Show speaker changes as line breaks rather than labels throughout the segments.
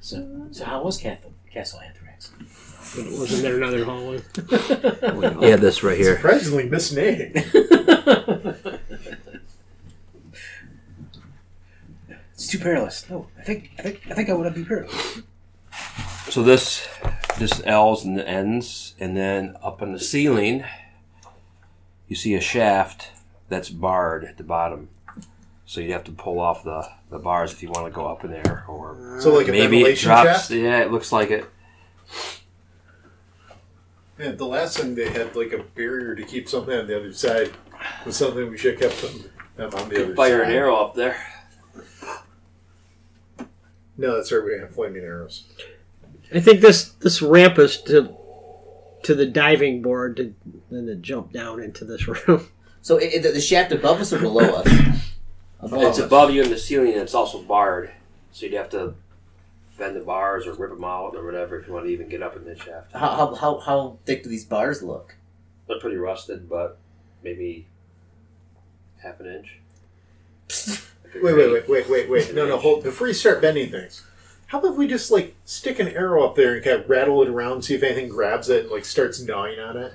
So, so how was Castle, Castle Anthrax?
Wasn't there another hallway?
He had this right here.
Surprisingly misnamed.
It's too perilous. No, I think I think I think I want to be perilous.
So this this L's and the ends, and then up on the ceiling, you see a shaft that's barred at the bottom. So you'd have to pull off the, the bars if you want to go up in there, or
So like a
maybe it
ventilation
drops.
shaft.
Yeah, it looks like it.
Yeah, the last time they had like a barrier to keep something on the other side was something we should have kept them, them on the other
Fire
side.
an arrow up there.
No, that's right. We have flaming arrows.
I think this this ramp is to to the diving board to then to jump down into this room.
So i i- the, the shaft above us or below us? Above
Oh,
It's
us.
above you in the ceiling, and it's also barred. So you'd have to bend the bars or rip them out or whatever if you want to even get up in the shaft.
How, how, how, how thick do these bars look?
They're pretty rusted, but maybe half an inch.
Wait, wait, wait, wait, wait, wait. No, no, hold. Before you start bending things, how about if we just like stick an arrow up there and kind of rattle it around, see if anything grabs it, and like starts gnawing on it?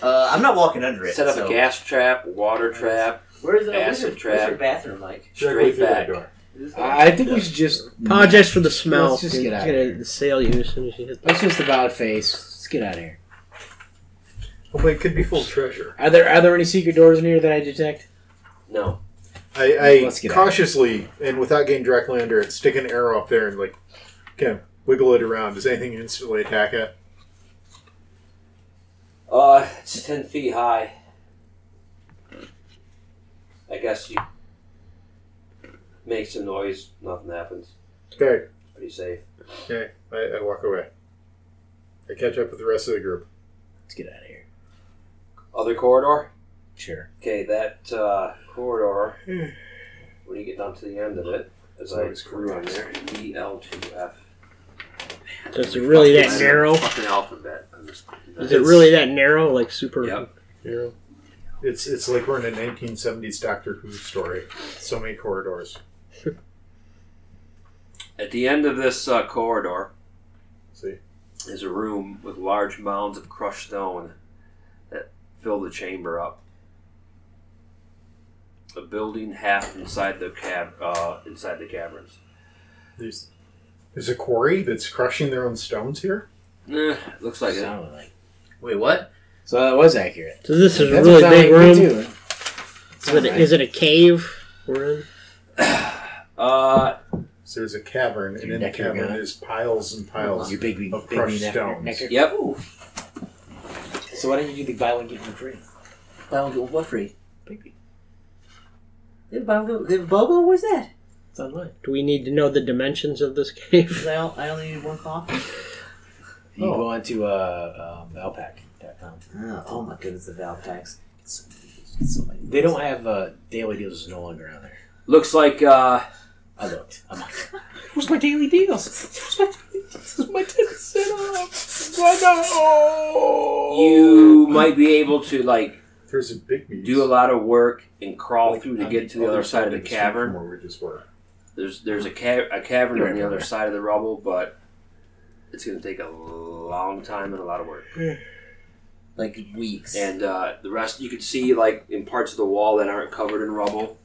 Uh, I'm not walking under it.
Set up
so-
a gas trap, water trap.
Where's, uh,
acid
where's, your,
trap.
where's your bathroom, Mike?
Directly
Straight
through
back.
that door.
Is this-
I think we should just
Apologize for the smell.
Let's just
dude.
get out
It's gonna
of here.
sail you as soon as you hit.
Let's just about face. Let's get out of here.
Oh, but it could be full of treasure.
Are there are there any secret doors in here that I detect?
No.
I,
Let's
I
get out.
cautiously and without getting directly under it, stick an arrow up there and like kind of wiggle it around. Does anything instantly attack it?
Uh, it's ten feet high. I guess you make some noise, nothing happens.
Okay,
Pretty safe.
okay. I, I walk away. I catch up with the rest of the group.
Let's get out of here.
Other corridor.
Sure.
Okay, that uh, corridor. when you get down to the end of it, as I
Always
screw on there, E L two F.
So is it really that narrow?
Fucking alphabet. I'm just-
Is it really that narrow? Like super
Yep.
narrow?
It's it's like we're in a 1970s Doctor Who story. So many corridors.
At the end of this uh, corridor,
See,
is a room with large mounds of crushed stone that fill the chamber up. A building half inside the cab, uh, inside the caverns.
there's there's a quarry that's crushing their own stones here.
Eh, looks like it.
Sounded like.
Wait, what?
So that was accurate.
So this is
That's
a really
what
big
sounded like we
room.
do.
Is it, is it a cave we're in?
Uh,
So there's a cavern, and
Your
in the
neck, your
cavern
guy.
there's piles and piles.
Your big, big,
Of
big
crushed
neck-
stones.
necker.
yep.
So why don't you do the buy one get one free?
Buy one, get one free.
Baby,
They have a Bible- they have a Bobo? Where's that?
it's online.
Do we need to know the dimensions of this cave?
'Cause I, o- I only need one coffee.
You
Oh.
go on to uh, um, Valpak.com.
Oh, oh my goodness, the valve tax. So, many- so many.
They don't have uh, daily deals. Is no longer on there.
Looks like uh,
I looked. I'm like, where's my daily deals? Where's my where's my ten cent off? Why not? Oh.
you might be able to like
There's a big beast.
do a lot of work and crawl
Like,
through to
on
get to the other side of the
street from
cavern.
where we just were.
There's there's a, ca- a cavern on the other side of the rubble, but it's gonna take a long time and a lot of work.
Like weeks.
and uh, the rest you can see like in parts of the wall that aren't covered in rubble.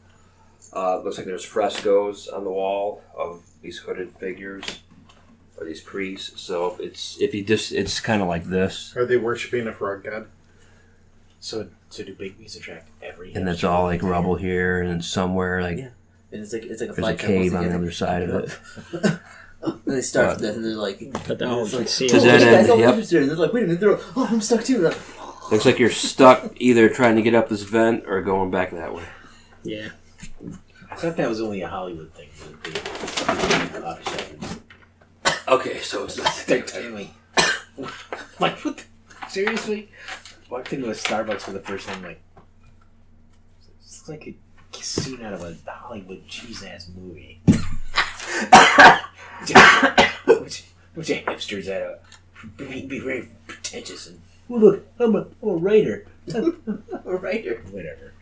Uh, looks like there's frescoes on the wall of these hooded figures or these priests. So it's if you just it's kind of like this,
Are they worshiping a frog god?
So, so do big bees attract every?
and it's all like rubble here and somewhere like
Yeah. And it's like it's like a
there's a
flag
cave on the other side of it.
And they start this, and they're like,
But the oh,
It's like-
can see
Does
it.
that
these guys
end-
all
yep.
interested. And they're like, wait a minute, they're like, oh, I'm stuck too. They're like,
Looks like you're stuck either trying to get up this vent or going back that way.
Yeah.
I thought that was only a Hollywood thing. with the- the coffee shop.
Okay, so it's not.
They're tiny. like what? The, seriously? Walked into a Starbucks for the first time. Like, it's like a scene out of a Hollywood cheese ass movie. which, which a hipsters at a uh, be, be very pretentious and "Oh, look, I'm a, I'm a writer.
all right here.
Whatever.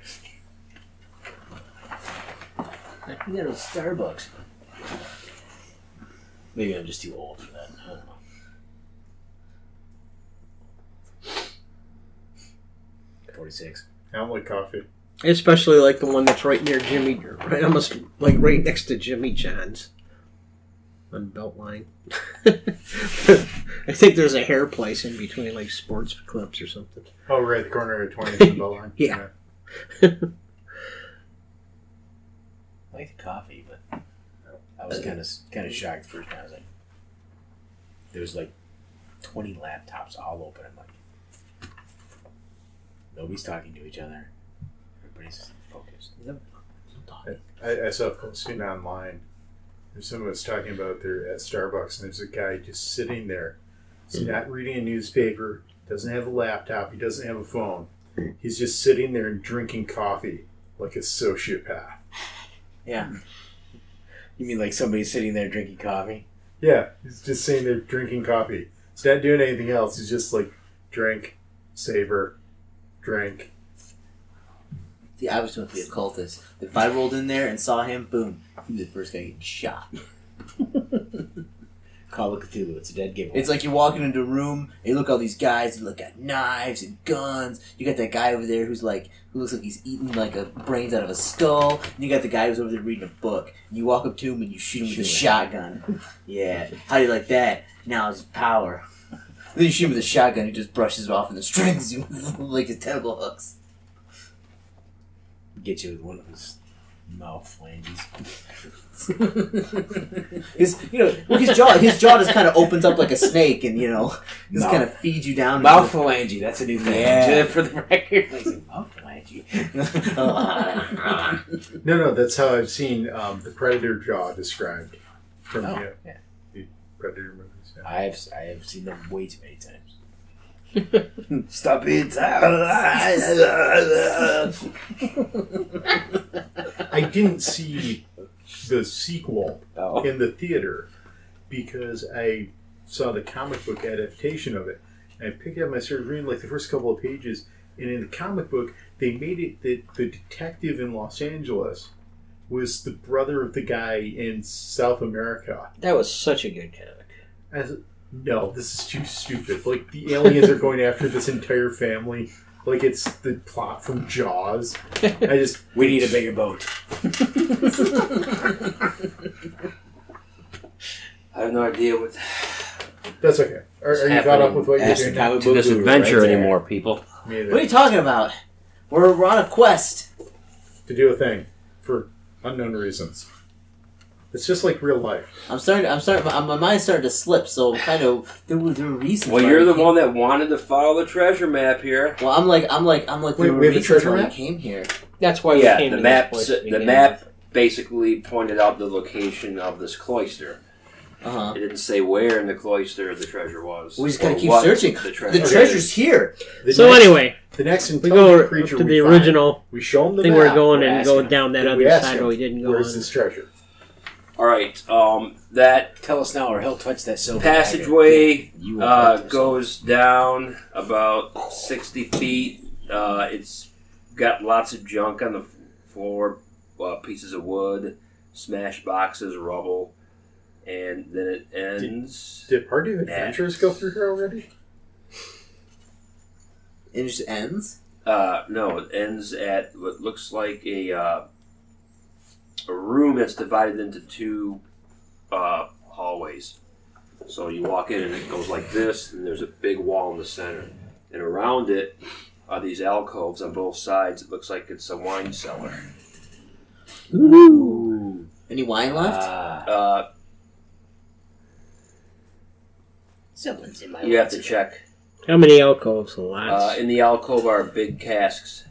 I think that was Starbucks. Maybe I'm just too old for that. I don't know. Forty-six.
I don't like coffee.
Especially like the one that's right near Jimmy, right almost like right next to Jimmy John's on Beltline. I think there's a hair place in between, like sports clips or something.
Oh, right at the corner of 20th and Beltline.
Yeah.
I like the coffee, but I was kind of kind of shocked first time. I was like, there was like twenty laptops all open. I'm like, nobody's talking to each other. Everybody's focused.
talking. I, I saw a post seen online. If someone was talking about they're at Starbucks and there's a guy just sitting there. He's not reading a newspaper, doesn't have a laptop, he doesn't have a phone. He's just sitting there and drinking coffee like a sociopath.
Yeah. You mean like somebody sitting there drinking coffee?
Yeah, he's just sitting there drinking coffee. He's not doing anything else. He's just like drink, savor, drink.
See, I was going to be a cultist. If I rolled in there and saw him, boom, he was the first guy to get shot.
Call of Cthulhu. It's a dead giveaway.
It's like you're walking into a room and you look at all these guys. You look at knives and guns. You got that guy over there who's like who looks like he's eating like a brains out of a skull. And you got the guy who's over there reading a book. And you walk up to him and you shoot him with a
Shoot him.
shotgun. yeah, how do you like that? Now it's power. then you shoot him with a shotgun. He just brushes it off and then strings you with like his tentacle hooks.
get you with one of his mouth flanges.
His you know well, his jaw his jaw just kind of opens up like a snake and you know just
Mouth-
kind of feeds you down.
Mouth phalange. That's a new thing.
Yeah.
Just For the record, Like, mouth phalange.
No, no, that's how I've seen um, the Predator jaw described from
Oh,
you know,
yeah.
the Predator movies. Yeah.
I have I have seen them way too many times. Stop it!
I didn't see the sequel
oh.
in the theater because I saw the comic book adaptation of it. And I picked up my started reading like the first couple of pages, and in the comic book, they made it that the detective in Los Angeles was the brother of the guy in South America.
That was such a good comic.
I was like, no, this is too stupid. Like the aliens are going after this entire family. Like it's the plot from Jaws. I just
We need a bigger boat.
I have no idea what
that's okay. Are, are you caught up with what you're
Ask the
doing?
comic
to
book
this
guru
adventure
right there.
anymore, people.
Me either.
What are you talking about? We're, we're on a quest.
to do a thing for unknown reasons. It's just like real life.
I'm starting. I'm starting. My, my mind's starting to slip. So kind of there were there were reasons.
Well,
why
you're
we
the
came-
one that wanted to follow the treasure map here.
Well, I'm like I'm like I'm like
Wait,
there were
we have a
reasons
treasure
why we
map?
came here.
That's why
Oh, yeah,
we came
the
to
map.
This place to
The
begin
map
with.
basically pointed out the location of this cloister.
Uh huh.
It didn't say where in the cloister the treasure was.
We just gotta
or
keep
what
searching.
The
The
treasure.
treasure's here.
The
So
next,
anyway,
the next
we
intelligent
go up
creature
to
we
the
find,
original
We show them the
thing.
map.
We're going
we're
and go
asking
down that
and we
other
ask
side
him,
where we didn't go.
Where's
on.
this treasure?
All right. Um, that
Tell us now, or he'll touch that silver
passageway
dagger. You will
uh,
touch this.
goes down about 60 feet. Uh, it's got lots of junk on the f- floor uh, pieces of wood, smashed boxes, rubble. And then it ends.
Did Party of Adventures go through here already?
It just ends.
Uh, no, it ends at what looks like a, uh, a room that's divided into two uh, hallways. So you walk in and it goes like this, and there's a big wall in the center. And around it are these alcoves on both sides. It looks like it's a wine cellar.
Ooh.
Any wine left?
Ah.
Uh,
Someone's in my.
you have to check.
How many alcoves? Lots.
Uh, in the alcove are big casks.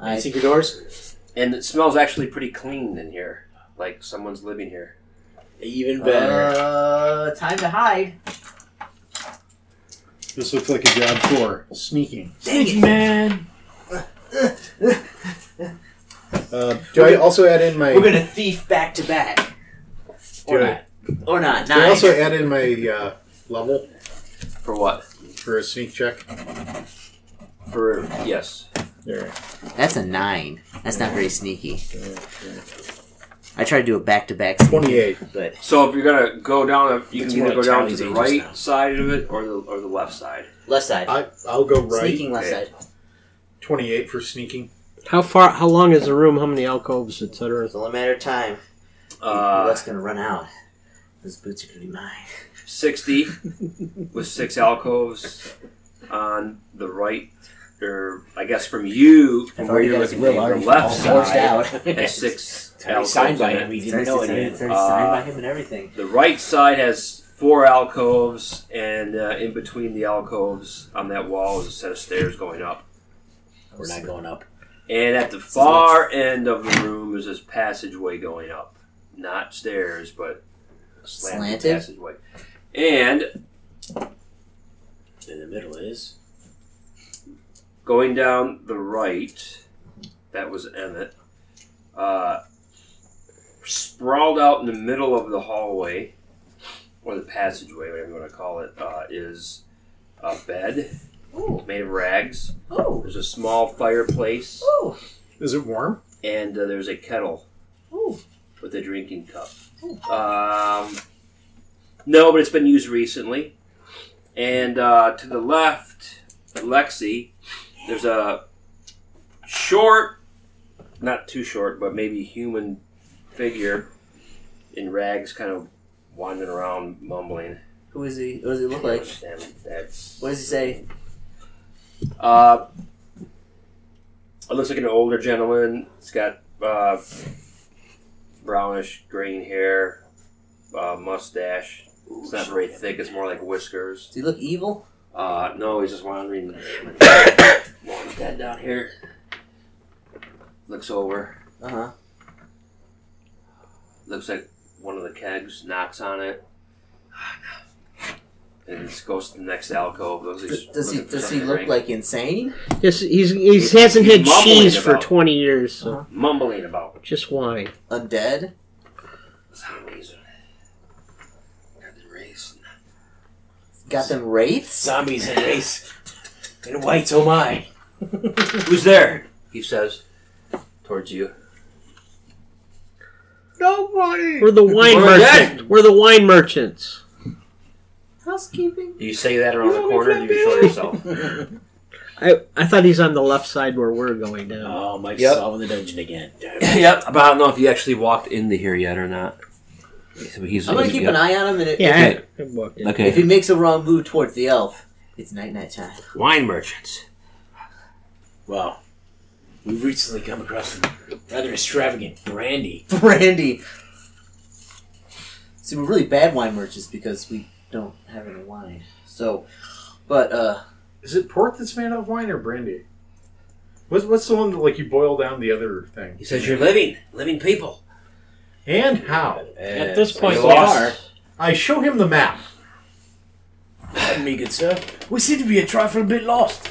I
secret doors.
And it smells actually pretty clean in here. Like someone's living here.
Even better.
Uh, time to hide.
This looks like a job for sneaking.
Dang it.
man.
Uh, do I also add in my?
We're gonna thief back to back,
do
Or
I,
not.
or not?
do I
Nine.
also add in my uh, level
For what?
for a sneak check?
For yes.
There.
That's a nine. That's not very sneaky. I try to do it back to back. sneaking,
28.
But
So if you're gonna go down, you
It's
can
more
either go
like
down to
Charlie's
the
Angels
right
now.
side of it or the or the left side.
left side,
I, I'll go right.
sneaking left side.
28 for sneaking.
How far? How long is the room? How many alcoves, etc.?
It's only a matter of time.
Mm-hmm.
Uh,
That's gonna run out. Those boots are gonna be mine.
Sixty with six alcoves on the right, or I guess from you from where
already
you're
got his
looking at
will
your
already
left
all
side.
forged out.
Has six
It's already
alcoves.
signed by
in it.
him. He
It's already
didn't know
signed-
it.
It's already signed by
Uh,
him and everything.
The right side has four alcoves, and uh, in between the alcoves on that wall is a set of stairs going up.
We're not going up.
And at the far end of the room is this passageway going up. Not stairs, but a slanted,
Slanted?
passageway. And
In the middle is
going down the right, that was Emmett, uh, sprawled out in the middle of the hallway, or the passageway, whatever you want to call it, uh, is a bed
Ooh,
made of rags.
Oh,
ooh,
There's a small fireplace,
ooh,
Is it warm?
and uh, there's a kettle
ooh.
with a drinking cup. Um, no, but it's been used recently. And uh, to the left, Lexi, there's a short, not too short, but maybe human figure in rags, kind of wandering around, mumbling.
Who is he? What does he look like?
Damn, that's-
What does he say?
Uh, it looks like an older gentleman. It's got uh, brownish green hair, uh, mustache. It's not very thick. It's more like whiskers.
Does he look evil?
Uh, no, he's just wandering. Wandering that down here. Looks over.
Uh huh.
Looks like one of the kegs. Knocks on it. And just goes to the next alcove. Looks like he's
Does he
looking for
Does he
something to
look
drink.
like insane?
Yes, he's, he's he hasn't had
Mumbling
cheese for
about-
twenty years, so
mumbling about
just wine.
Undead?
zombies? Got the race.
Got them wraiths?
zombies and race and whites. Oh my!
Who's there? He says, towards you.
Nobody!
We're the wine
We're
merchant. We're the wine merchants.
Housekeeping.
Do you say that around the corner? or Do you show yourself?
I I thought he's on the left side where we're going now.
Oh, Mike's
Yep.
solving the dungeon again. Damn it.
yep, but I don't know if you actually walked into here yet or not. He's,
I'm gonna keep an eye on him, and it, if,
Yeah, I, I walked in.
if he makes a wrong move towards the elf, it's night night time.
wine merchants.
Well, we've recently come across some rather extravagant brandy.
Brandy. See, we're really bad wine merchants because we don't have any wine. So, but uh,
Is it port that's made out of wine or brandy? What's, what's the one that, like, you boil down the other thing?
He says, "You're living, living people."
And how?
Uh,
At this point, we
lost.
are.
I show him the map.
Pardon me, good sir. We seem to be a trifle bit lost.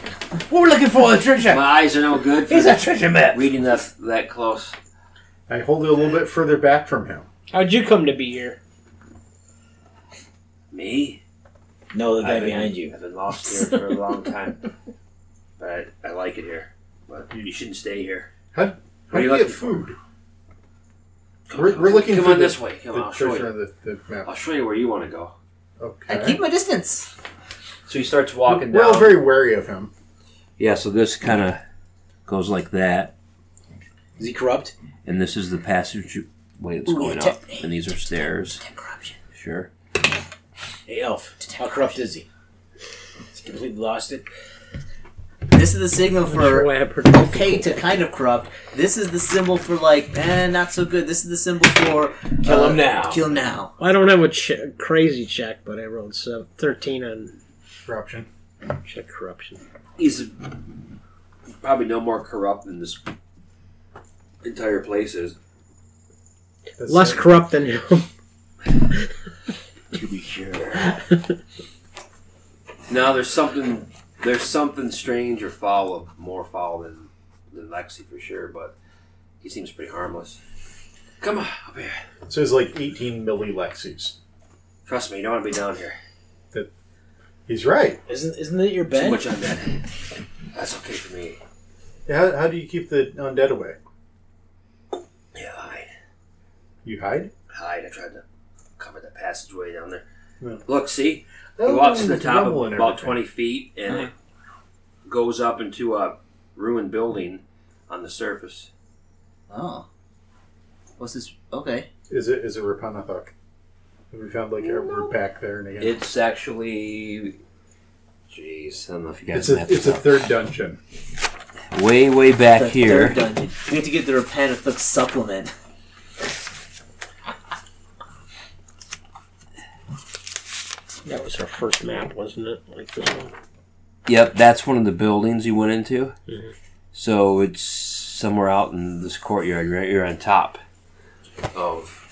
What we're looking for is a
My
treasure.
eyes are no good
Here's
for
our treasure map.
reading that that close.
I hold it a little bit further back from him.
How'd you come to be here?
Me,
No, the guy
I've been-
behind you.
I've been lost here for a long time, but I, I like it here. But you shouldn't stay here.
How
What are
do
you
you get
looking
food? We're- we're looking
Come
for
on
the-
this way. Come on,
The
I'll show
treasure
you.
on the, the map.
I'll show you where you want to go.
Okay.
I keep my distance.
So he starts walking
We're all very wary of him.
Yeah, so this kind of goes like that,
Is he corrupt?
and this is the passageway that's
Ooh,
going
yeah,
up, and these are stairs.
Damn corruption.
Sure.
Hey, elf. How corrupt is he? He's completely lost it.
This is the signal for
Why I produced-
okay to kind of corrupt. This is the symbol for like eh, not so good. This is the symbol for
Kill
uh,
him now.
Kill him now.
I don't have a che- crazy check, but I rolled so thirteen on
Corruption.
check corruption.
He's probably no more corrupt than this entire place is.
That's
Less
it.
corrupt than him.
to be sure.
Now there's something there's something strange or foul, more foul than than Lexi for sure, but he seems pretty harmless. Come on, up here.
So it's like 18 milli Lexis.
Trust me, you don't want to be down here.
He's right.
Isn't isn't it your
Too
bed?
much on that. That's okay for me.
How, how do you keep the undead away?
Yeah, I
You hide?
hide. I tried to cover the passageway down there.
Yeah.
Look, see, he walks to the top of about twenty feet, and
Uh-huh.
it goes up into a ruined building on the surface.
Oh. What's this? Okay.
Is it is it Rapanathuck? Have we found like a root back there and again?
It's actually, jeez, I don't know if you guys
It's
have
a it's a
stuff.
third dungeon.
way way back
The
here.
Third dungeon. We have to get the Repentanthook supplement.
That was our first map, wasn't it? Like this one.
Yep, that's one of the buildings you went into.
Mhm.
So it's somewhere out in this courtyard. You're, you're on top of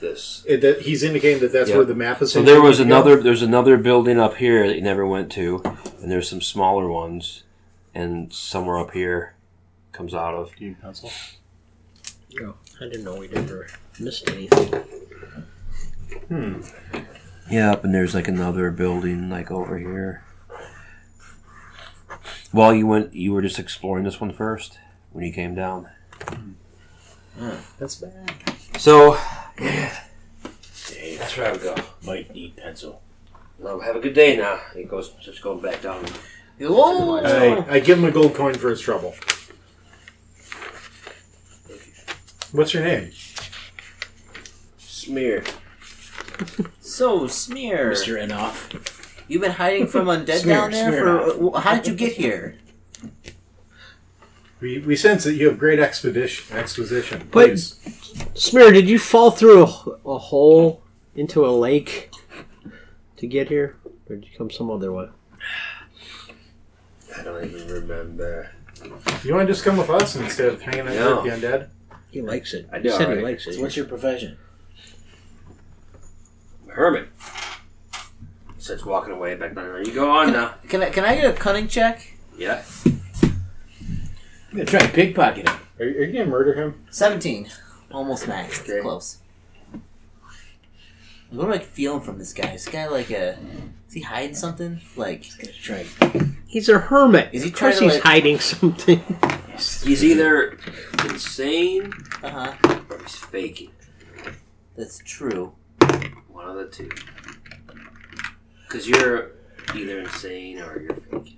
this.
It, that, he's indicating that that's
Yeah.
where the map is.
So there was
indicating to go?
another. There's another building up here that you never went to, and there's some smaller ones, and somewhere up here comes out of.
Do you need a pencil?
Oh, I didn't know we'd ever missed anything.
Hmm.
Yep, and there's like another building like over here. Well, you went. You were just exploring this one first when you came down.
That's bad.
So
Dave
that's where I would go.
might need pencil.
No, have a good day now. It goes just going back down.
Whoa!
I, I give him a gold coin for his trouble. What's your name?
Smear.
So, Smear,
Mr. Enoff.
you've been hiding from undead
Smear,
down there?
Smear.
For, uh, how did you get here?
We, we sense that you have great expedition. Exposition.
But-
Please.
Smear, did you fall through a, a hole into a lake to get here? Or did you come some other way?
I don't even remember.
You want to just come with us instead of hanging out
No.
with the undead?
He likes it.
I
He
do,
said he
alright.
likes it.
So what's your profession?
Hermit. Starts walking away back down there. You go on now.
Can I, can I get a cunning check?
Yeah.
I'm gonna try and pickpocket him.
Are, you- are you gonna murder him?
17. Almost max.
Okay.
Close. What am I feeling from this guy? Is this guy like a. Is he hiding something? Like.
Gonna try and
He's a hermit.
Is he
of course
trying to,
he's
like-
hiding something.
He's either insane
Uh huh.
or he's faking.
That's true.
One of the two. Because you're either insane or you're faking.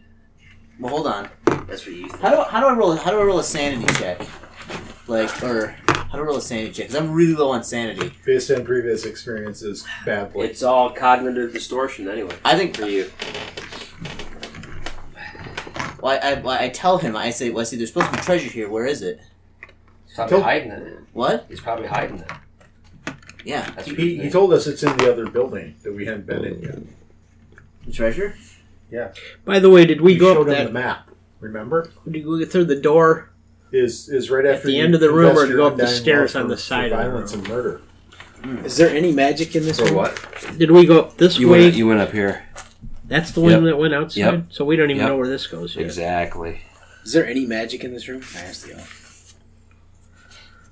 Well, hold on.
That's what you think.
How do, how do I roll? How do I roll a sanity check? Like, or how do I roll a sanity check? Because I'm really low on sanity.
Based on previous experiences, badly.
It's all cognitive distortion anyway.
I think.
For you.
Well, I, I, well, I tell him. I say. Well, I say. There's supposed to be treasure here. Where is it?
He's
probably Don't-
hiding it.
What?
He's probably hiding it.
Yeah.
That's
He, he told us it's in the other building that we hadn't been in yet.
The treasure.
By the way, did we
You
go up
showed him the
that?
map. Remember?
Did we go through the door?
Is is right
At
after
the
you
end of the room
confessed
or
your
go up the
undying
stairs
love
on the
for- for
side of the
violence
room?
and murder.
Hmm. Is there any magic in this
For
room?
what?
Did we go up this
You
way?
went, you went up here.
That's the
Yep.
one that went outside.
Yep.
So we don't even
Yep.
know where this goes. Yet.
Exactly.
Is there any magic in this room? I asked the elf.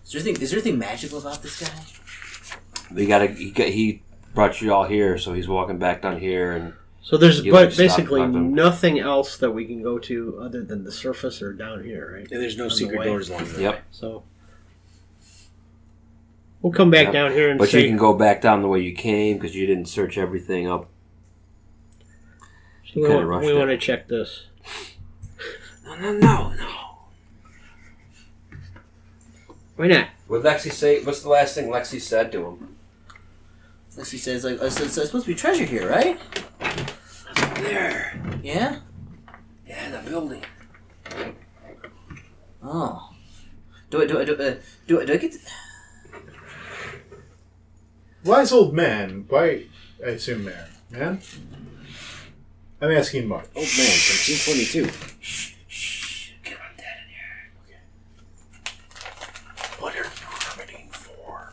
Is there anything? Is there anything magical about this guy?
They got he, got he brought you all here, so he's walking back down here and
So there's
You, like,
but
stop
basically
talking.
nothing else that we can go to other than the surface or down here, right?
And there's no
On the
secret
way.
doors along the
Yep.
way.
So we'll come back
Yep.
down here and
But
say
you can go back down the way you came because you didn't search everything up.
we,
kinda
want,
rushed
we
it.
want to check this.
No, no, no, no.
Why not?
What Lexi say? What's the last thing Lexi said to him?
Unless he says
uh,
like, oh, so, so it's supposed to be treasure here, right?
There.
Yeah.
Yeah, the building.
Oh. Do I do I do uh, do I, do I get? to-
Wise old man. Why? I assume man. Man. I'm asking Mike.
Old man from scene 22.
Get on that in here.
What are you permitting for?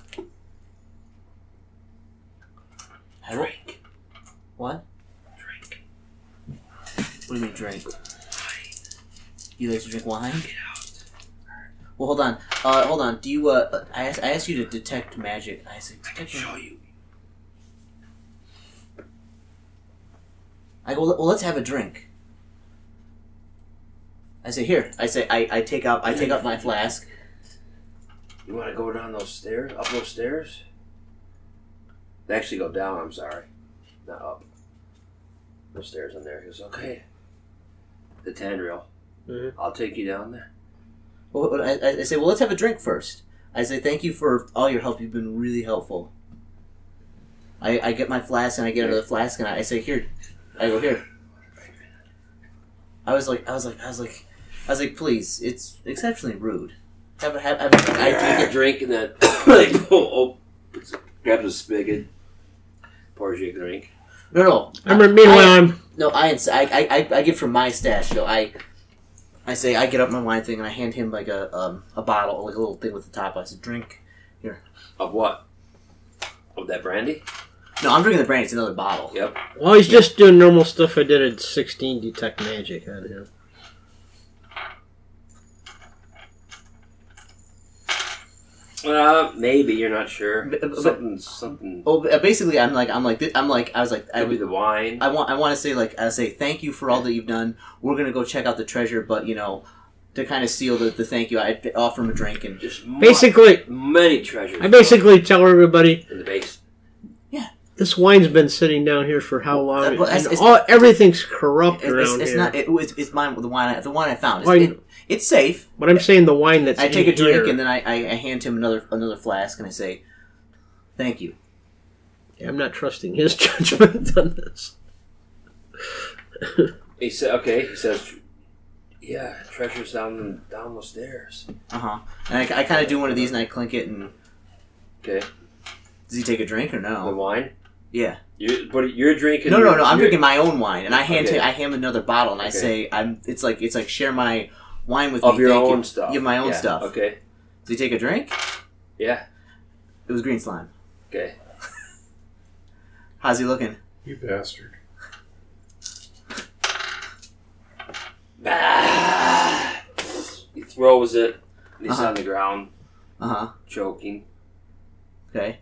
I don't- What?
Drink.
What do you mean drink? You like to drink wine? Well, hold on. Uh, hold on. Do you? Uh, I asked. I asked you to detect magic. I said,
I can show you.
I go. Well, let's have a drink. I say here. I say I, I take out. I take out my flask.
You want to go down those stairs? Up those stairs? They actually go down, I'm sorry. Not up. Those stairs in there. He goes, okay. The Tandriel.
Mhm.
I'll take you down there.
Well, but I, I- I say, well, let's have a drink first. I say, thank you for all your help. You've been really helpful. I, I get my flask and I get another flask and I, I say, here. I go here. I was like, I was like, I was like, I was like, please, it's exceptionally rude. Have a, have, have a, I drink it.
drink and then like, oh, oh, grabs a spigot, pours you a drink.
No, no.
I remember, meanwhile,
I-
I'm
No, I, ins- I, I, I, I give from my stash. So I, I say I get up my wine thing and I hand him like a um, a bottle, like a little thing with the top. I said, drink.
Of what? Of that brandy?
No, I'm drinking the brandy. It's another bottle.
Yep.
well. He's just doing normal stuff I did at 16 detect magic on him.
Uh, maybe you're not sure.
But- but- Oh.
something, something.
Well, ba- uh, basically, I'm like, I'm like, thi- I'm like, I was like, I
Could be
was.
the wine.
I want, I want to say like I say thank you for all that you've done. We're gonna go check out the treasure, but you know, to kind of seal the, the thank you, I offer him a drink and
Just mu-
Basically,
many treasures.
I basically tell everybody
in the base.
this wine's been sitting down here for how long?
Uh, well,
and
it's-
all, everything's corrupt
it's, it's,
around
it's
here.
not it, it's, it's mine the wine I, the wine I found.
Why
It's,
you-
it, it's safe.
but I'm saying the wine that's
I take
in
a drink
here-
and then I, I, I hand him another another flask and I say thank you.
I'm not trusting his judgment on this.
He said, "Okay." He says, "Yeah, treasures down down the stairs."
Uh huh. And I, I kind of do one of these and I clink it and
Okay,
does he take a drink or
the
no?
wine.
Yeah.
You, but you're drinking.
No, no, no. I'm
you're-
drinking my own wine, and I hand
Okay.
him, I hand him another bottle, and I
Okay.
say, "I'm." It's like it's like share my wine with
of
me.
your
thank
own
you.
stuff.
Yeah, my own
Yeah,
stuff.
Okay.
Did he take a drink?
Yeah.
It was green slime.
Okay.
How's he looking?
You bastard.
Ah! He throws it. and He's
Uh-huh.
on the ground,
Uh huh.
choking.
Okay.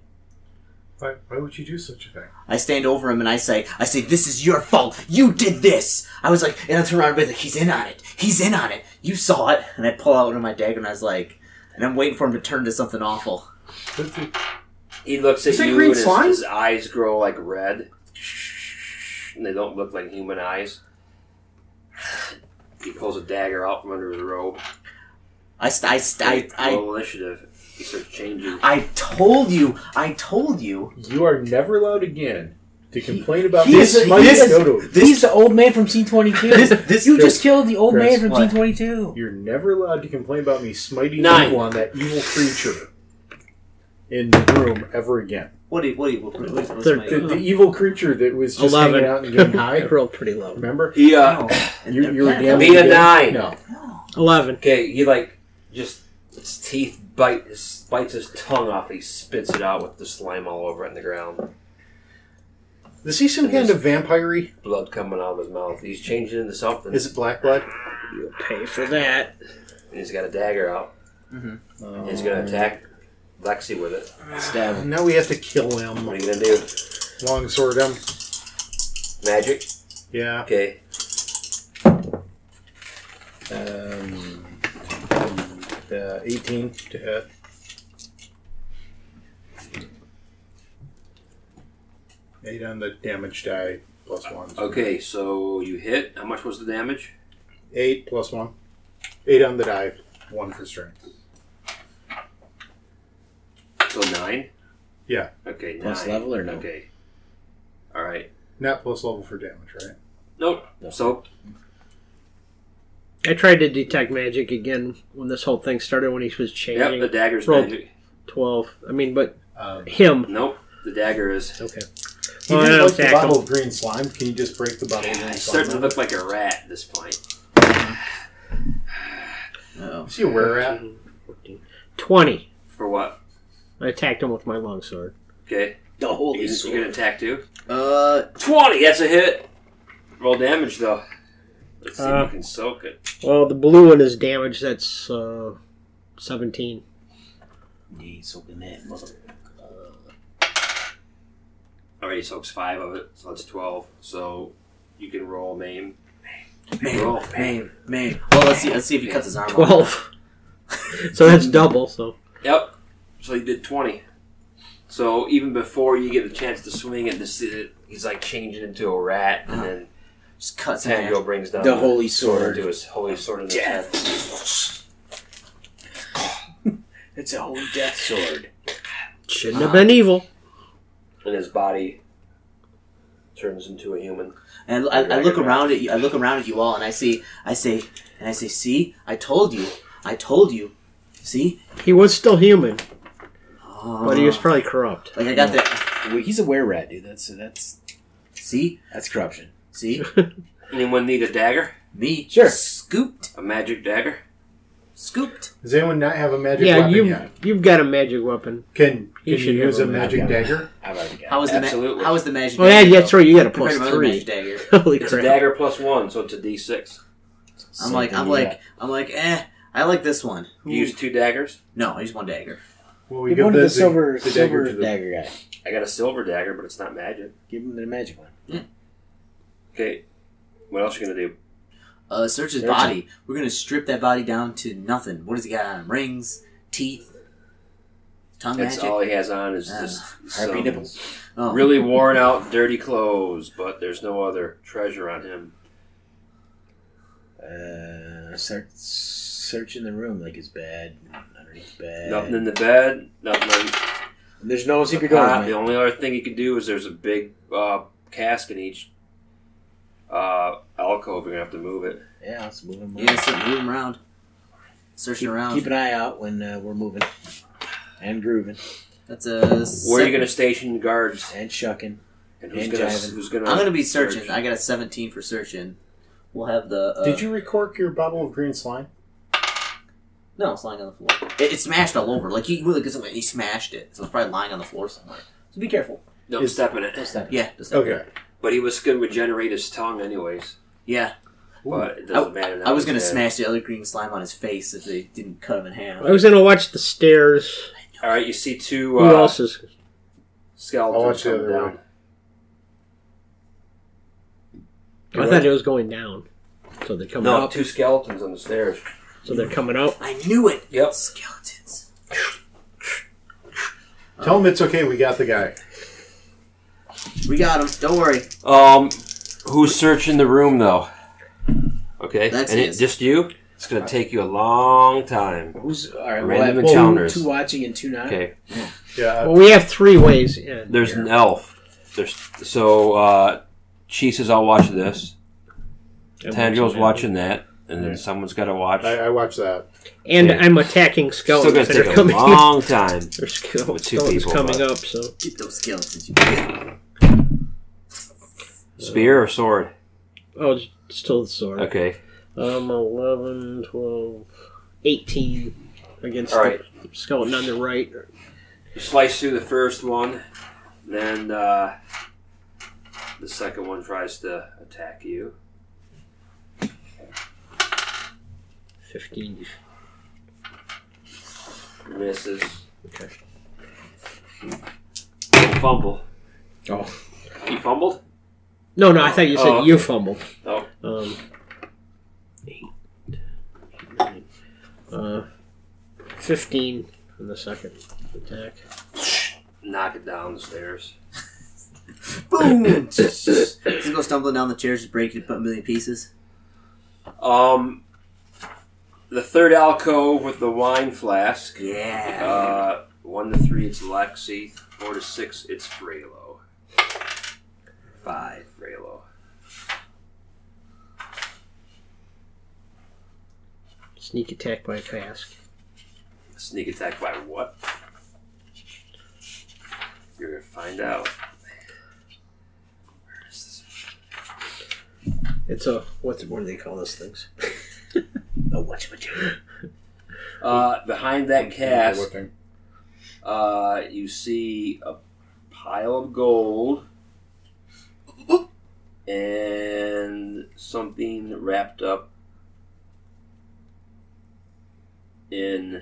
Why, why would you do such a thing?
I stand over him and I say, I say, this is your fault. You did this. I was like, and I turn around and be like, he's in on it. He's in on it. You saw it. And I pull out one of my dagger and I was like, and I'm waiting for him to turn to something awful.
What the-
He looks at
Is that
you,
green
and his,
slime?
his eyes grow like red. And they don't look like human eyes. He pulls a dagger out from under his robe.
I, st- I, st- I, I,
Roll initiative. He starts changing.
I told you. I told you.
You are never allowed again to complain about
he
this.
is-
Mike
he is-
Dodo.
He's the old man from scene 22.
This, this,
you just killed the old
Chris,
man from
what?
scene 22.
You're never allowed to complain about me smiting
Nine.
evil on that evil creature in the room ever again.
What do you, what do you, what, what, what's
They're-
my-
The, the evil creature that was just
Eleven.
hanging out and getting
I
high.
rolled pretty low.
Remember?
He uh,
No.
You, you were
Beat
damn
a
good.
nine.
No.
Eleven.
Okay, he like just his teeth bite his bites his tongue off. He spits it out with the slime all over it in the ground.
Is he some kind of vampire
Blood coming out of his mouth. He's changing into something.
Is it black blood?
You'll pay for that.
and he's got a dagger out.
Oh.
And he's
Oh.
gonna attack Lexi with it.
Stab him.
Now we have to kill him.
What are you gonna do?
Longsword him.
Magic.
Yeah.
Okay.
Um, uh, 18 to hit. Eight on the damage die, plus one.
Okay. So you hit. How much was the damage?
Eight plus one. Eight on the die, one for strength.
So nine.
Yeah.
Okay.
Plus
nine.
level or no?
Okay. All right.
Not plus level for damage, right?
Nope. So
I tried to detect magic again when this whole thing started when he was
yep,
changing.
the dagger's
Roll.
magic.
Twelve. I mean, but
Um,
him.
Nope. The dagger is.
Okay.
even
Well, I don't
like the
attack
bottle
him.
of green slime, can you just break the bottle of green
I start to
slime?
look like a rat at this point.
Uh-oh.
Is he a were rat?
14, Twenty.
For what?
I attacked him with my longsword.
Okay.
The holy
You- You're gonna attack too.
Uh,
Twenty. That's a hit. Roll damage though. Let's see
Uh.
if you can soak it.
Well, the blue one is damaged. That's uh, seventeen.
He's open that mother.
Already soaks five of it, so that's twelve. So you can roll name. Roll.
man, man. Well, let's see. Let's see if he cuts his arm. off.
Twelve. so that's double. So
Yep. So he did 20. So even before you get the chance to swing it, this it, he's like changing into a rat, and then
Just cuts him
Tango
out.
brings down
The holy sword.
into his holy sword in his hand.
It's a holy death sword.
Shouldn't have been evil.
and his body turns into a human.
And I, I, I
Dragon
look
Knight.
around at you. I look around at you all, and I see. I say, and I say, see, I told you. I told you. See,
He was still human,
Ah.
but he
Uh-huh.
was probably corrupt.
like I got that.
Wait, he's a were rat, dude. That's that's
See,
that's corruption.
see,
Anyone need a dagger?
me.
Sure.
Scooped,
A magic dagger?
scooped.
Does anyone not have a magic
yeah,
weapon
you've
yet?
you've got a magic weapon.
Can, can
You
you
should
use a
have a
magic
magic
dagger?
I've already got.
How was the ma-
Absolutely.
How was the magic?
Oh yeah,
dagger,
yeah, that's
though?
right. You got a
Compared
plus
to my other
three.
magic dagger.
Holy
It's a
crap!
dagger plus one, so it's a d6.
I'm like, I'm like, I'm like, eh. I like this one.
You use two daggers.
No, I use one dagger.
Well, we
Give
give
one to
the- the-
the, silver,
the
silver
dagger to the-
dagger guy.
I got a silver dagger, but it's not magic.
Give him the magic one.
Okay, what else you gonna do?
Uh, search his
There's
body. We're gonna strip that body down to nothing. What does he got on him? Rings, teeth, tongue
That's
magic.
all he has on is
Ah,
just
Harpy
some
nipples.
oh.
really worn out, dirty clothes, but there's no other treasure on him.
Uh, start searching the room, like his bed, underneath the bed.
Nothing in the bed, nothing on
There's no
the
secret doors,
pot. The
man.
only other thing you can do is there's a big uh, cask in each uh, alcove. You're gonna have to move it.
Yeah, let's move him.
Yeah, so move him around. Searching around.
Keep an eye out when uh, we're moving and grooving
That's a.
Where are you
seven-
gonna station the guards?
and shucking.
And who's
And
gonna
jiving.
who's gonna?
I'm gonna be searching.
search?
I got a 17 for searching. We'll have the. Uh,
Did you recork your bottle of green slime?
No, it's lying on the floor. It, it smashed all over. Like he really something. He smashed it, so it's probably lying on the floor somewhere. So be careful.
No, I'm stepping it.
What's that?
Yeah. Just
But he was gonna regenerate his tongue anyways.
Yeah.
But it doesn't matter. Now
I was gonna
he's dead.
smash the other green slime on his face if they didn't cut him in half.
I was gonna watch the stairs.
All right, you see two
Who
uh,
else is?
I'll
skeletons
watch the
come
other
down.
way.
I thought it was going down, so they're coming
No,
up.
two skeletons on the stairs.
So they're coming up.
I knew it.
Yep.
Skeletons.
Tell him it's okay. We got the guy.
We got him. Don't worry.
Um, who's searching the room though? Okay,
That's
and it,
his.
just you. It's gonna take you a long time.
Who's all right?
Random
we'll have
encounters.
Two, two watching and two not.
Okay,
Yeah.
Well, we have three ways. In.
there's an elf. There's so uh, she says I'll watch this. Tandrio's watching that, and then someone's got to watch.
I, I watched that.
and
Yeah.
I'm attacking
Still gonna
skeletons that
take
are
a
coming. in.
long time.
There's
With
skeletons
two people,
coming
but-
up. So
Get those skeletons. You Uh.
Spear or sword?
oh, it's still the sword.
Okay.
Um, 11, 12, 18 against
All right.
the skeleton on the right.
You slice through the first one, then uh, the second one tries to attack you.
15.
Misses.
Okay.
Fumble.
Oh.
He fumbled?
No, no, I thought you said
Oh, okay.
you fumbled.
Oh.
Um, eight, nine, uh, 15 on the second attack.
Knock it down the stairs.
Boom. Just go stumbling down the chairs, just break it into a million pieces.
Um, the third alcove with the wine flask.
Yeah.
Uh, one to three, it's Lexi. Four to six, it's Frelo. Five, Frelo.
Sneak attack by cask.
Sneak attack by what? You're gonna find out. Where is this?
It's a, what's, what do they call those things?
Oh, what's what you
Uh, behind that cask,
What thing?
uh, you see a pile of gold and something wrapped up in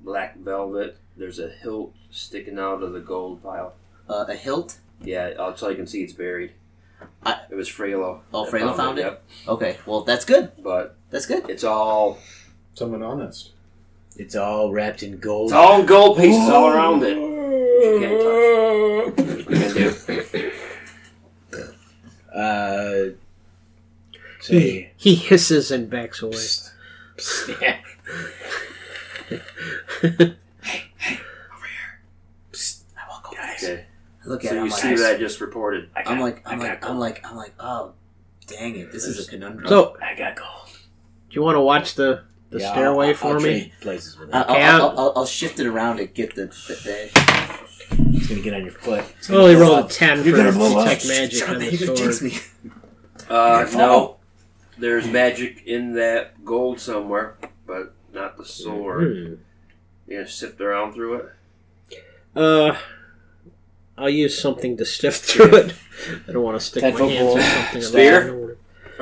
black velvet. There's a hilt sticking out of the gold pile.
Uh, a hilt.
Yeah, that's all you can see. It's buried.
I-
it was Frelo.
Oh,
that
Frelo found it?
Yep.
Okay. Well, that's good.
But
That's good.
it's all
Someone honest.
It's all wrapped in gold.
It's all gold pieces all around it. You can't touch. What you gonna do?
Uh,
He,
say,
he hisses and backs away.
Psst. psst, yeah.
I walk over.
Okay.
I look at
So
it. I'm
you
like,
see that just reported.
I got,
I'm like,
I
I'm
got
like,
gold.
I'm like, I'm like, oh, dang it! This is a conundrum.
So,
I got gold.
do you want to watch the, the
Yeah,
stairway
I'll-
for
I'll
me?
trade places with it.
Uh,
I-
Okay,
I'll,
I'll-
I'll, I'll, I'll shift it around and get the, the thing.
It's gonna get on your foot. It's
Well, Oh, he
gonna
rolled a 10
You're
for
gonna blow
Oh,
detect
up.
magic
Shut
on
up, man,
the
you're gonna jinx
sword.
me.
Uh, no,
follow.
there's magic in that gold somewhere, but not the sword.
Hmm.
You gonna sift around through it?
Uh, I'll use something to sift through it. I don't want to stick my
Tadpole
hands
pole.
in something.
Spear?
That. Or,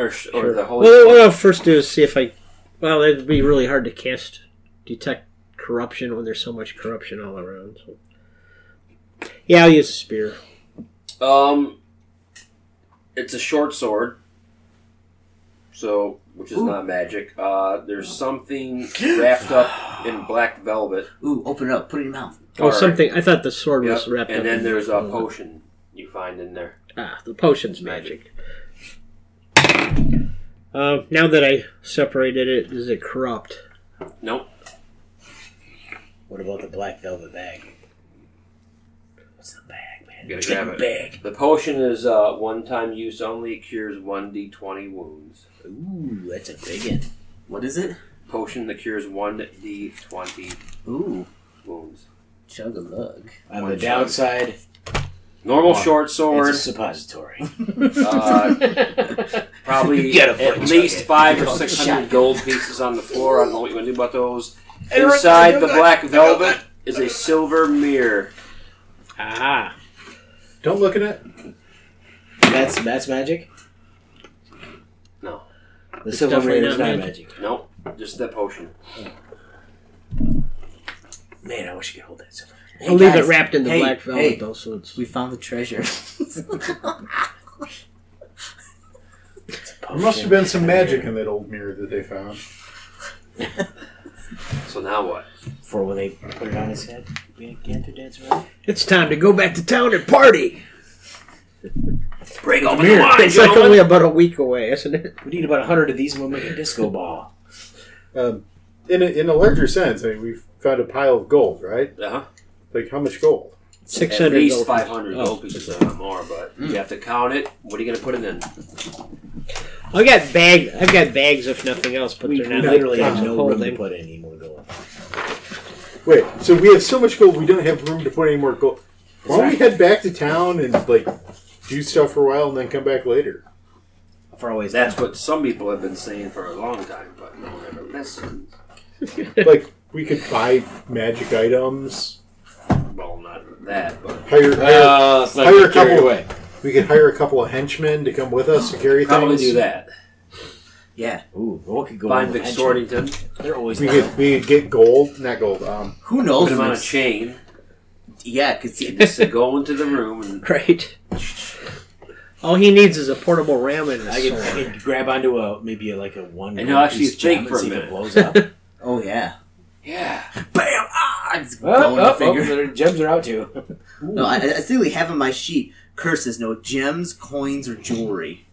Or, sh- or
sure.
the holy?
well, what I'll first do is see if I. Well, it'd be really hard to cast detect corruption when there's so much corruption all around. So. Yeah, I'll use a spear.
Um, it's a short sword, so which is not magic. Uh, there's something wrapped up in black velvet.
Ooh, open it up. Put it in your mouth.
Oh,
Or-
something. I thought the sword
Yep.
was wrapped
And
up.
then
in-
there's a potion you find in there.
Ah, the potion's magic. Uh, now that I separated it, is it corrupt?
Nope.
What about the black velvet bag? What's the bag, man?
You gotta grab it.
Bag.
The potion is uh, one time use only, cures 1d20 wounds.
Ooh, that's a big one.
What is it?
Potion that cures 1d20
Ooh,
wounds.
chug a lug.
On
One
the
shot.
downside,
Normal
Wow.
short
it's
sword,
a suppository.
uh, probably
Get a
at
bunch
least
of
five or
Don't
six
shout
hundred
it.
gold pieces on the floor. I don't know what you want to do about those. Inside the black velvet is a silver mirror.
Ah,
Don't look at it.
That's that's magic.
No.
The
It's
silver
definitely
mirror is
not
not
magic.
magic.
Nope, just that potion.
Man, I wish you could hold that silver.
Hey,
I'll leave
guys.
it wrapped in the
Hey,
black velvet,
hey,
though, so it's.
We found the treasure.
There must have been some magic in that old mirror that they found.
So now what?
For when they put it on his head, we had to dance around.
It's time to go back to town and party.
Break open
Here, it's like only about a week away, isn't it?
We need about hundred of these, and we'll make a disco ball.
Um, in, a, in a larger sense, I mean, we found a pile of gold, right?
Uh-huh.
Like, how much gold?
Six
At
hundred.
least 500
Oh.
gold pieces, if not more, but
Hmm.
you have to count it. What are you going to put it in?
I've got bags. I've got bags, if nothing else, but
We
they're not
literally have
actually
no room to
holding.
put any more gold.
Wait, so we have so much gold, we don't have room to put any more gold. Why don't we
right.
head back to town and, like, do stuff for a while and then come back later?
How far away is
That's what some people have been saying for a long time, but no one ever listens.
like, we could buy magic items,
Well, not that, but
hire, hire,
Uh,
not
hire a
get carried
couple.
away.
We could hire a couple of henchmen to come with us to carry
probably
things.
do that.
yeah.
Ooh, what could go
Find
on
Vic
the bench?
Sortington,
They're always
We could we could get gold, not gold. Um,
Who
put
knows?
him on a
what's-
chain,
yeah, because
and just to go into the room and
Right. All he needs is a portable ram and a
I could,
sword.
I could grab onto a maybe a, like a one.
And he'll actually
piece gem
think
and
for a
see if
minute.
it blows up.
oh yeah,
yeah,
bam! Ah, I
Uh,
just
oh,
blowing
oh,
the finger.
oh, their gems are out too.
No, I, I simply have on my sheet curses no gems, coins, or jewelry.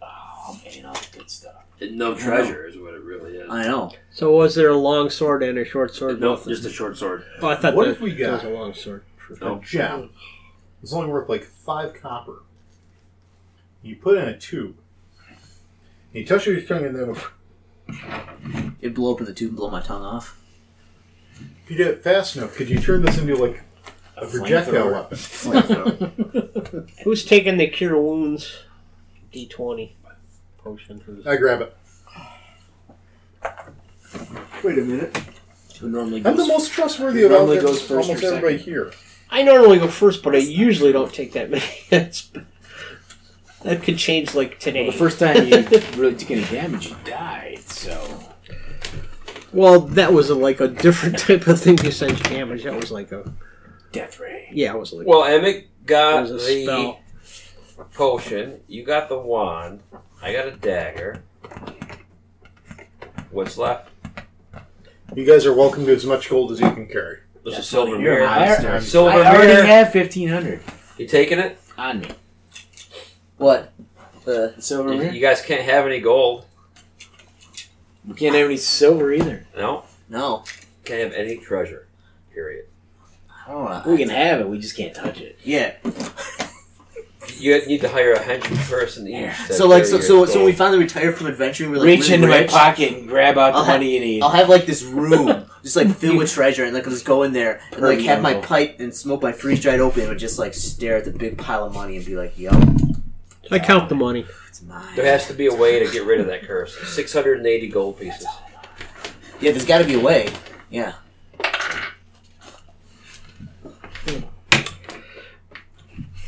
Oh man, all the good stuff.
and no treasure is what it really is.
I know.
So was there a long sword and a short sword?
No,
Nothing.
just a short sword.
oh, I thought
What
that,
if we
that
got-
was a long sword.
a
Oh.
No.
gem. It's only worth like five copper. You put it in a tube. You touch it with your tongue, and then if
It'd blow up in the tube and blow my tongue off.
you do it fast enough, could you turn this into like a projectile
flamethrower.
weapon?
Who's taking the cure wounds? D twenty potion. Who's-
I grab it.
Wait a minute. Who normally
I'm
goes?
the most trustworthy
It
of all
normally
the-
goes first or
almost everybody
second.
here.
I normally go first, but I usually don't take that many. That's- that could change like today.
Well, the first time you really took any damage, you died. So
Well, that was a, like a different type of thing besides damage. That was like a
death ray.
yeah, it was like
Well, Emmett got
It was a the spell.
potion. You got the wand. I got a dagger. What's left?
You guys are welcome to as much gold as you can carry.
There's a silver
You're
mirror.
a
monster.
Silver
I already
mirror.
have fifteen hundred
you taking it?
on me.
What? Uh,
Silver
You,
mirror.
you guys can't have any gold.
You can't have any silver either.
No,
no.
can't have any treasure. Period.
Oh, uh,
We can have it. We just can't touch it.
yeah.
You need to hire a henchman person each. to
So like, so
carry
so,
your
so when
gold.
we finally retired from adventuring, we we're like,
Reach
really
into my
rich.
pocket and grab out
I'll
the
ha-
money and eat.
I'll have like this room just like filled with treasure, and like I'll just go in there and like have my
Permeable.
pipe and smoke my freeze dried opium and just like stare at the big pile of money and be like, "Yo,
I count the money.
it's mine."
There has to be a way to get rid of that curse. 680 gold pieces.
yeah, there's got to be a way.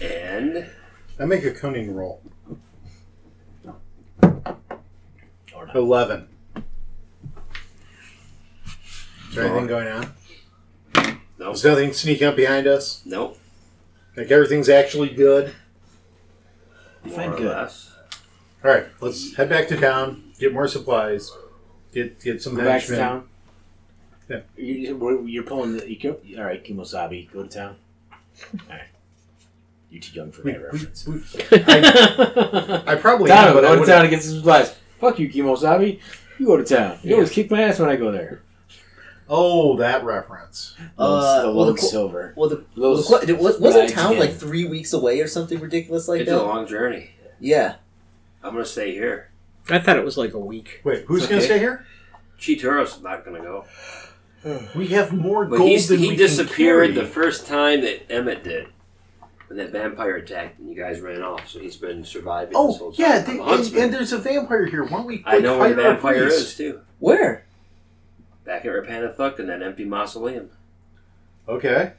And
I make a cunning roll. Eleven. Is there anything going on?
No.
Does nothing sneak up behind us?
nope.
Like everything's actually good.
More
Fine,
or
good.
less.
All right, let's head back to town. Get more supplies. Get get some
Go back to
henchmen.
town.
Yeah.
You, we're- you're pulling the. You go, all right, Kimosabi, go to town. All right. You're too young for
We-
that reference.
we-
Donovan,
I probably am, but I
go to
would
town and get some supplies. Fuck you, Kimosabi. You go to town. You always kick my ass when I go there.
Oh, that reference.
Uh,
the
well,
lone
the qu-
silver.
Well, the, well, the
Those
qu- was, wasn't
flags
town
again.
like three weeks away or something ridiculous like
It's
that?
a long journey.
yeah,
I'm gonna stay here.
I thought it was like a week.
Wait, who's going
Okay.
to stay here?
Chituro's not gonna go.
We have more
But
gold
he's,
than
he
we can
disappeared
carry.
the first time that Emmett did. When that vampire attacked and you guys ran off, so he's been surviving this
Oh
whole time.
yeah,
I'm
they,
a
and,
huntsman.
and there's a vampire here. Why don't we?
I know where
like,
the
hire a
vampire
priest?
is too.
where?
Back at Rapanathuk in that empty mausoleum.
Okay.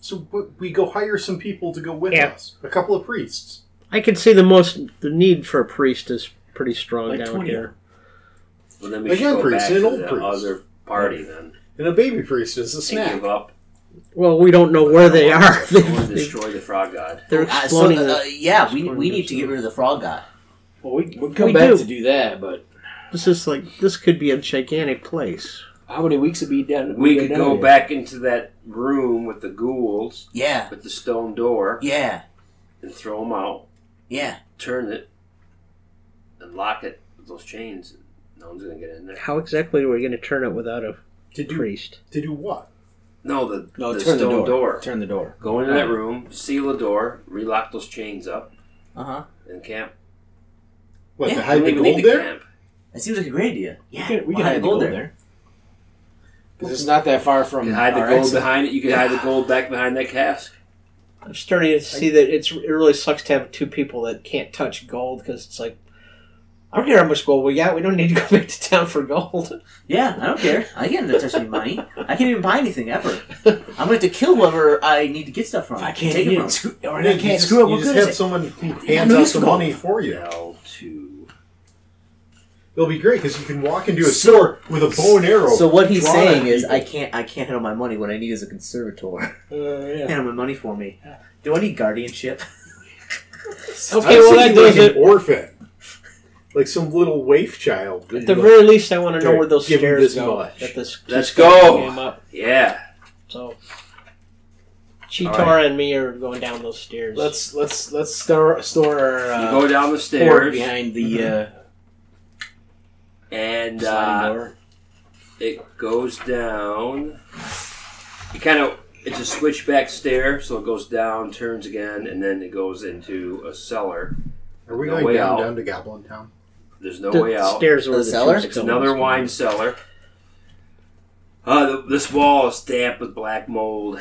So w- we go hire some people to go with
Yeah.
us. A couple of priests.
I can see the most the need for a priest is pretty strong
Like
down
20.
here.
Well, then we
A
should
young
go
priest
back to
and an old
the
priest.
other party then
And a baby priest is a
and
snack.
give up.
Well, we don't know where they are.
I don't want to
They-
destroy Oh, the frog god.
They're
Uh, so,
exploding.
uh, yeah, we,
exploding
we need to
their
get rid of the frog guy.
Well, we we come
We
back
do.
to do that, but
uh,
This is like this could be a gigantic place.
how many weeks have we done?
We
been
could
down
go
here?
back into that room with the ghouls,
Yeah,
with the stone door,
yeah,
and throw them out,
yeah.
turn it, and lock it with those chains. No one's going to get in there.
How exactly are we going to turn it without a
To do
priest?
to do what?
No, the,
No,
the
turn
stone
the door.
door.
Turn the door.
Go into that room, seal the door, relock those chains up,
Uh
Uh-huh.
huh.
and camp.
What
Yeah,
to
I
hide
don't
the
even need
gold
to
there?
camp.
That seems like a great idea.
We
Yeah,
can, we
why
can hide the
not
gold
there.
there. 'Cause it's not that far from
You can hide the
our
gold
exit.
behind it. You can hide the gold back behind that cask.
I'm starting to see that it's it really sucks to have two people that can't touch gold because it's like I don't care how much gold we got. We don't need to go back to town for gold.
Yeah, I don't care. I can't touch any money. I can't even buy anything ever. I'm gonna have to kill whoever I need to get stuff from.
If I can't
take
eat
it
it,
from.
screw, or
You
I can't
just-
screw up.
You
What
just
good is
have
it?
someone who hands
no
out
use
the
for gold.
money for you.
L two.
It'll be great because you can walk into a store with a bow and arrow.
So what he's
drawn
saying
at
is,
you.
I can't, I can't handle my money. What I need is a conservator.
Uh, yeah.
Handle my money for me. Do I need guardianship?
Okay, well that
thinking
does
like
it.
an orphan, like some little waif child.
At the very least, I want to know where those
Give me
stairs
this
go.
much.
That this this
Let's go.
came up.
Yeah.
So, Chitara
All right.
and me are going down those stairs.
Let's let's let's store store our
You
uh,
go Mm-hmm. down the
port
stairs
behind the uh,
and
sliding
uh,
door.
It goes down. You kind of it's a switchback stair, so it goes down, turns again, and then it goes into a cellar.
Are we
No
going
way
down,
out.
down to Goblin Town?
There's no
the
way out.
stairs were
The cellar?
It's another wine cellar. Uh, th- this wall is damp with black mold.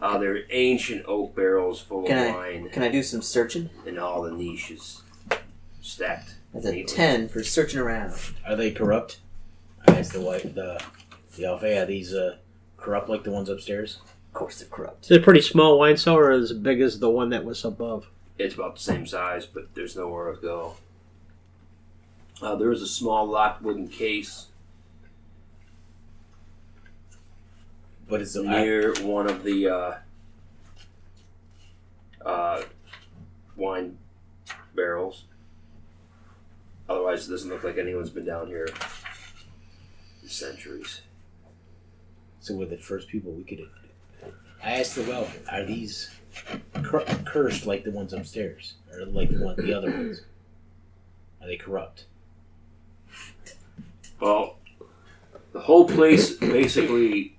Uh, there are ancient oak barrels full
Can
of
I-
wine
Can I do some searching?
in all the niches, stacked.
That's a
neatly.
ten for searching around.
Are they corrupt? I asked the wife, the the alpha. Are these uh, corrupt like the ones upstairs?
Of course, they're corrupt.
It's a pretty small wine cellar, as big as the one that was above.
It's about the same size, but there's nowhere to go. Uh, there is a small locked wooden case
But it's the I,
near one of the uh, uh, wine barrels. Otherwise, it doesn't look like anyone's been down here in centuries.
So we're the first people we could. I asked the well, are these cur- cursed like the ones upstairs, or like the one, the other ones? Are they corrupt?
Well, the whole place basically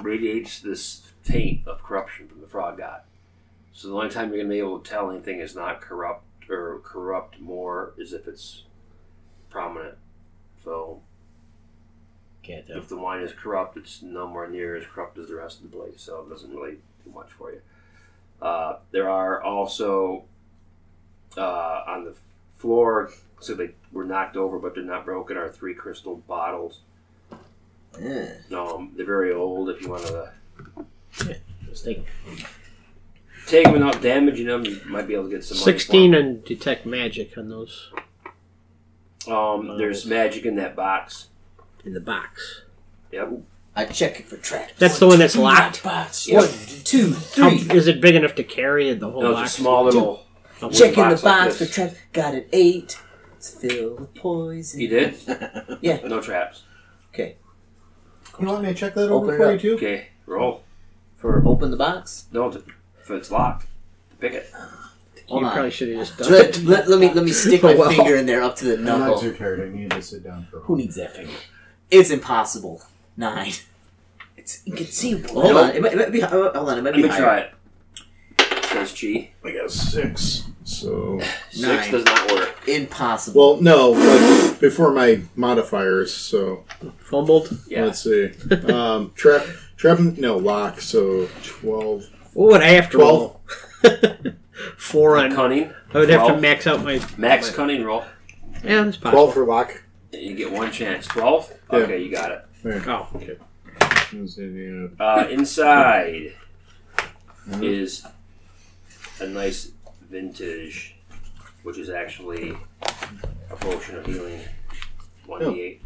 radiates this taint of corruption from the frog god. So the only time you're gonna be able to tell anything is not corrupt or corrupt more is if it's prominent. So
Can't tell.
if the wine is corrupt, it's nowhere near as corrupt as the rest of the place, so it doesn't really do much for you. Uh, there are also uh, on the floor, so they were knocked over, but they're not broken. Are three crystal bottles
Yeah.
um, they're very old. If you want to
Just take
take them without damaging them, you might be able to get some. money for
16
them.
and detect magic on those
Um, there's magic in that box.
in the box.
Yep.
I check it for traps.
That's the one that's locked.
Box.
Yep.
One, two,
How,
three.
is it big enough to carry the whole
No,
box?
it's a small little.
Oh,
Check-
Checking the
box like
box for
this.
traps. Got an eight. It's filled with poison.
You did?
Yeah.
No traps.
You want me to check that
Open
over
it
for
up.
you too?
Okay. Roll.
For open the box.
No. to- If it's locked, pick it.
Hold
you
on.
probably should have just done
Let,
it.
let, let me let me stick my
Oh, wow.
finger in there up to the
I'm not
knuckle.
too tired. I need to sit down for a
Who
while.
needs that finger? It's impossible. Nine. It's inconceivable. Hold on. It might, it might be. uh, Hold on. It might
Let
be
me
higher.
try it. Says Chi.
I got six. So.
Six
Nine.
does not work.
Impossible.
Well, no, but before my modifiers, so
Fumbled.
Yeah.
let's see. Um, trap, trap, no, lock, so 12.
What would I have to
Twelve.
roll? Four on.
Cunning.
I would have to
Twelve.
max out my.
Max
my-
cunning roll.
Yeah, that's possible.
12 for lock.
You get one chance. Twelve.
Yeah.
Okay, you got it.
Oh,
Uh, inside is a nice vintage, which is actually a potion of healing. 1d8.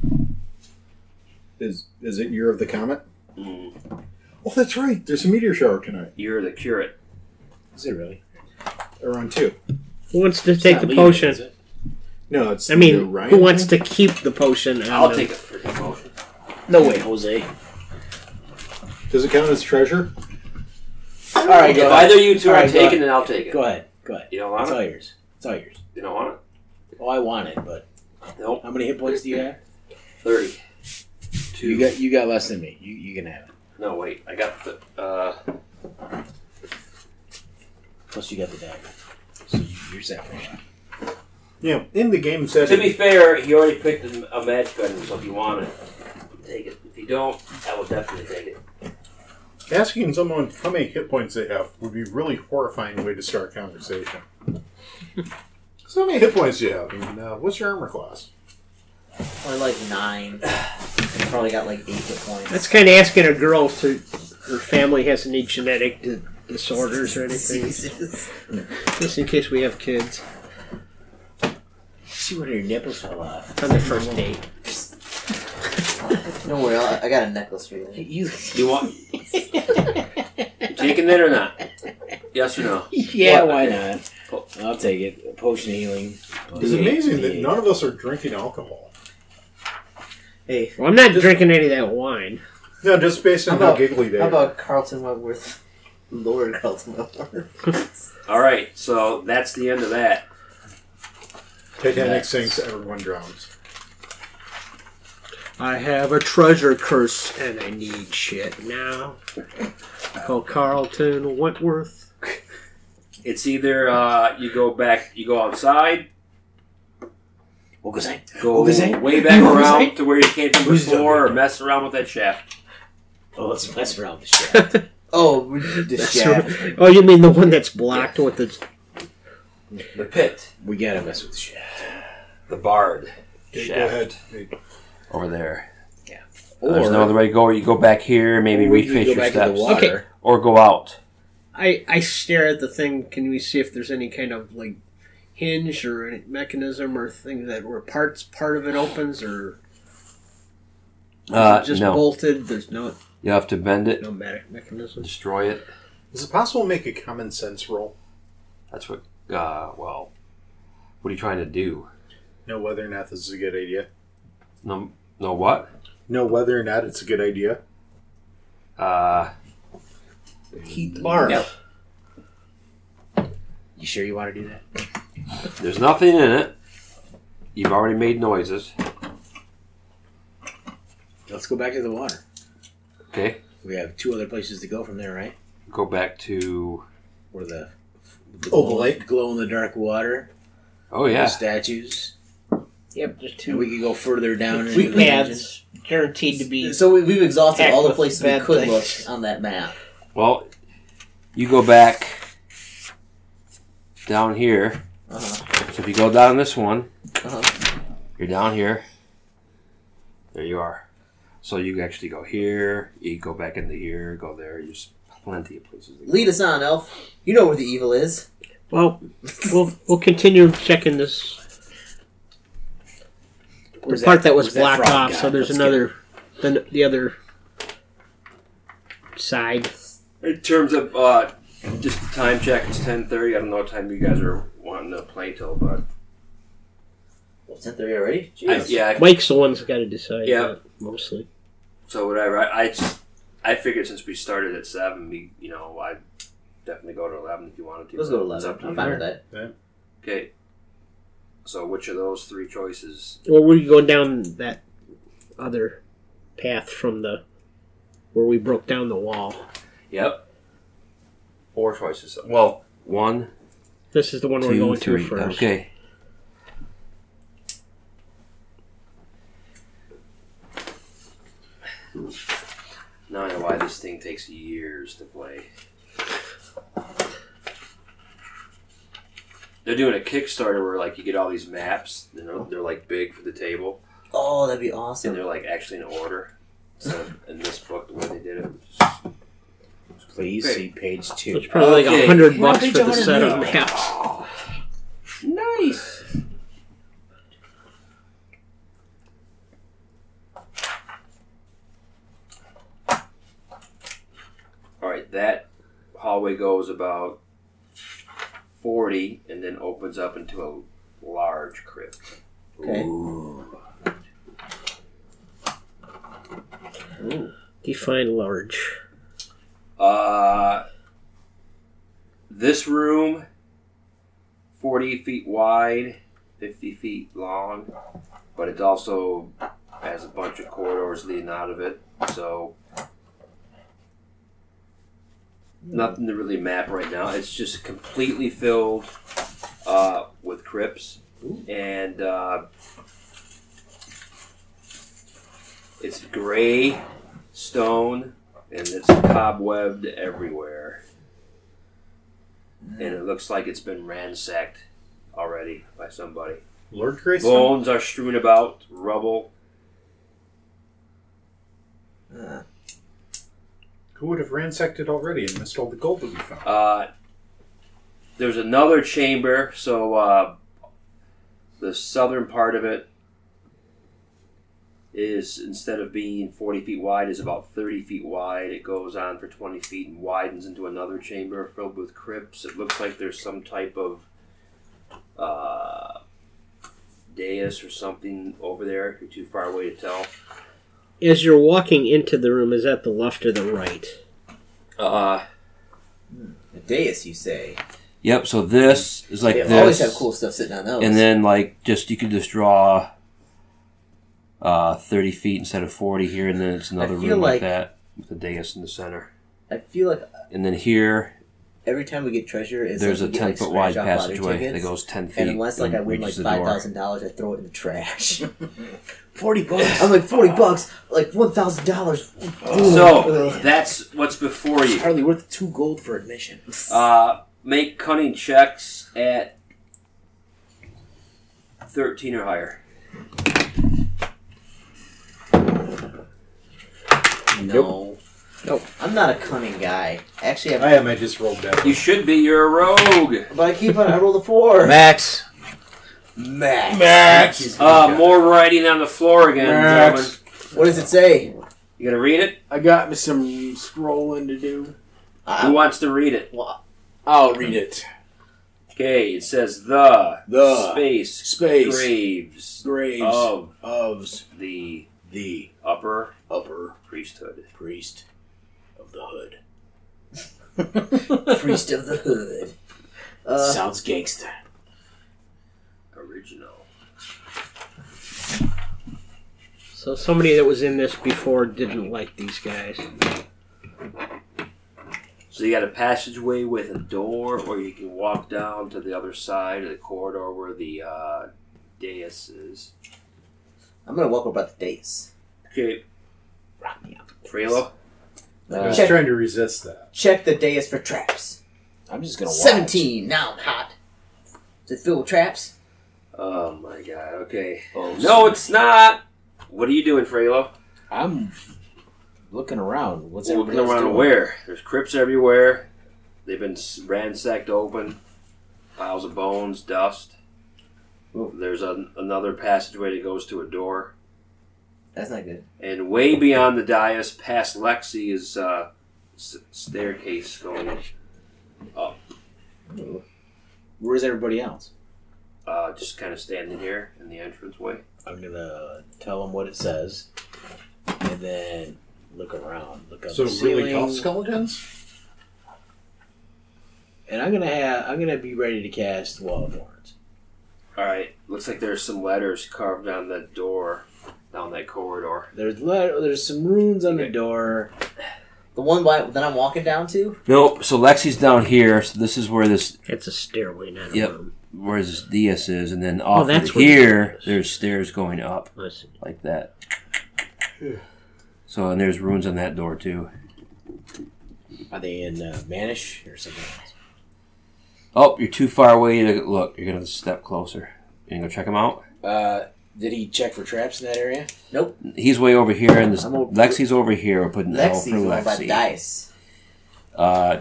Is is it Year of the Comet?
Mm.
Oh, that's right. There's a meteor shower tonight
You're the curate.
Is it really?
around 2.
who wants to
It's
take
not
the
leaving,
potion?
is it?
No, it's.
I mean,
the Orion
who wants
thing?
to keep the potion? and,
I'll
uh,
take a freaking potion.
No way, Jose.
Does it count as treasure?
All right,
If
go
either
ahead.
you two
All
are
right, go
taking
ahead.
it, I'll take it.
Go ahead. Go ahead.
You don't
It's
want
all
it?
yours. It's all yours.
You don't want
Oh, I want it, but
it? Nope.
how many hit points do you have?
30. Two.
You got you got less than me. You you can have it.
no, wait. I got the. Uh,
Plus you got the dagger. So you, you're set for that.
Yeah, in the game setting.
to be fair, he already picked a a magic item, so if you want it, take it. If you don't, I will definitely take it.
Asking someone how many hit points they have would be a really horrifying way to start a conversation. so how many hit points do you have? And, uh, what's your armor class?
Or like nine. I probably got like eight hit points.
That's kind of asking a girl if her her family has any genetic di- disorders or anything,
Jesus.
just in case we have kids
See when your nipples fell off.
on the first date.
Don't worry, I'll- I got a necklace for you.
You
You want. you taking it or not? Yes or no?
Yeah, why not?
Po-
I'll take it. Potion of healing.
It's amazing that none of us are drinking alcohol.
Hey,
Well, I'm not drinking any of that wine.
No, just based on
How
how,
about-
giggly they
how
are.
about Carlton Wentworth? Lord Carlton Wentworth.
All right, so that's the end of that.
Titanic sinks, everyone drowns.
I have a treasure curse and I need shit now. Call Carlton Wentworth.
It's either uh, you go back, you go outside,
What was I?
go
What was that?
way back
What was
around
that?
to where you came from
What was that?
before, or mess around with that shaft.
Oh, let's mess around with the shaft.
Oh, we did the
That's
shaft.
right. Oh, you mean the one that's blocked with the?
The pit,
we gotta mess with the shaft.
the bard
Okay,
shaft
Go ahead.
over there. Uh,
Or
There's no other way to go. You go back here, maybe
we
retrace
could
your
go back to the
steps,
water.
Okay.
or go out.
I I stare at the thing. Can we see if there's any kind of like hinge or any mechanism or thing that where parts part of it opens or is
Uh,
it just
no,
bolted? There's no
you have to bend it,
no magic mechanism.
destroy it.
Is it possible to make a common sense roll?
That's what. Uh, well, what are you trying to do?
Know whether or not this is a good idea.
No, no, what?
Know whether or not it's a good idea.
Uh,
Heat
Barf.
You sure you want to do that?
there's nothing in it. You've already made noises.
Let's go back to the water.
Okay,
We have two other places to go from there, right?
go back to.
Where the,
Oval
the
Oh,
glow-
Lake.
glow in the dark water,
Oh
the
yeah,
statues.
Yep, there's
And we
two
could go further down. in
We-
the region.
paths guaranteed to be.
So we, we've exhausted all the
Heck,
places we
bad
could look
things.
on that map.
Well, you go back down here.
Uh-huh.
So if you go down this one,
Uh-huh.
you're down here. There you are. So you actually go here. You go back into here. Go there. There's plenty of places. To go.
Lead us on, Elf. You know where the evil is.
Well, we'll we'll continue checking this
Where's
the part that, was
where's
blocked
frog
off.
guy?
So there's
Let's
another the the other side.
In terms of uh, just the time check, it's ten thirty. I don't know what time you guys are wanting to play till, but
Well, ten thirty already.
I,
Jeez.
yeah. I-
Mike's the one that's got to decide.
Yeah.
that, mostly.
So whatever. I, I just- I figured since we started at seven, we you know I definitely go to eleven if you wanted to.
Let's go to
It's
eleven.
up to
I'm
you.
fine with that.
Okay. So which of those three choices?
Well, we're going down that other path from the where we broke down the wall.
Yep. Four choices. Well, one,
This is the one we're
two,
going
three.
to first.
Okay. Now I know why this thing takes years to play. They're doing a Kickstarter where like you get all these maps. You know, they're like big for the table,
Oh, that'd be
and
awesome.
they're like actually in order. So in this book, the way they did it,
Please
Great.
see page two.
It's probably like
Okay.
a hundred bucks
Well,
for the
they
set of
don't
maps.
Nice.
All right, that hallway goes about 40 and then opens up into a large crypt.
Okay.
Define large.
Uh, this room, 40 feet wide, 50 feet long, but it also has a bunch of corridors leading out of it, so nothing to really map right now. It's just completely filled uh, with crypts, and uh, it's gray stone and it's cobwebbed everywhere. And it looks like it's been ransacked already by somebody.
Lord Grayson.
Bones are strewn about, rubble.
Who would have ransacked it already and missed all the gold that we found?
Uh, there's another chamber, so uh, the southern part of it is instead of being 40 feet wide is about 30 feet wide it goes on for 20 feet and widens into another chamber filled with crypts it looks like there's some type of uh, dais or something over there you're too far away to tell
As you're walking into the room, is that the left or the right?
uh,
The dais, you say?
yep so this is like
They always have cool stuff sitting on those.
and then like just you could just draw uh 30 feet instead of 40 here and then it's another
I
room
feel
like,
like-
that with the dais in the center
I feel like
and then here
every time we get treasure, it's
there's
like
a
we
10
get, like,
foot wide
scratch-off lottery
passageway that
tickets,
goes 10 feet
And unless like I win like
reaches the
five
door.
thousand dollars, I throw it in the trash.
Forty bucks.
I'm like forty bucks, like one thousand dollars.
so that's what's before you
hardly worth two gold for admission.
uh make cunning checks at 13 or higher
no, I'm not a cunning guy. Actually,
I
I'm,
am. I just rolled that.
you should be you're a rogue
but I keep on. I rolled a four.
Max.
Max.
Max.
uh more writing on the floor again
Max.
gentlemen.
What does it say?
you gonna read it
I got me some scrolling to do.
who
I,
wants to read it
I'll read it.
okay it says the
The
space
Space
graves
graves
of
of
the
the
upper
upper
priesthood.
priest. of the hood.
Priest of the Hood. Uh,
Sounds gangster.
Original.
So somebody that was in this before didn't like these guys.
So you got a passageway with a door, or you can walk down to the other side of the corridor where the uh, dais is.
I'm gonna walk over about the dais.
Okay.
Rock me up.
Frelo?
I was
Uh, check,
trying to resist that.
check the dais for traps.
I'm just gonna watch.
Seventeen. Now I'm hot. Does it fill with traps?
Oh my god, okay.
Oh,
No, it's not! What are you doing, Frelo?
I'm looking around. What's
Looking
everybody else
around
doing?
where? There's crypts everywhere. They've been s- ransacked open. Piles of bones, dust. There's an another passageway that goes to a door.
That's not good.
And way beyond the dais, past Lexi, is uh, s- staircase going
Where's everybody else?
uh, just kind of standing here in the entranceway.
I'm gonna tell them what it says, and then look around. Look up
So
the
really
ceiling,
tough skeletons?
and I'm gonna have. I'm gonna be ready to cast Wall of Horns.
All right, looks like there's some letters carved on that door, down that corridor.
There's le- there's some runes on the door.
The one by, that I'm walking down to.
Nope. So Lexi's down here. So this is where this
It's a stairway, not a
Yep.
room.
where this dais is, and then
off
off
of that's where the here,
here,
door is.
there's stairs going up
Listen,
like that. So and there's runes on that door too.
Are they in uh, Manish or something else?
Oh, you're too far away to look. You're gonna step closer. You gonna go check him out.
Uh, did he check for traps in that area?
He's way over here, and this
I'm over-
Lexi's over here. We're putting L
Lexi's
for
the one by the
Lexi.
dais.
Uh,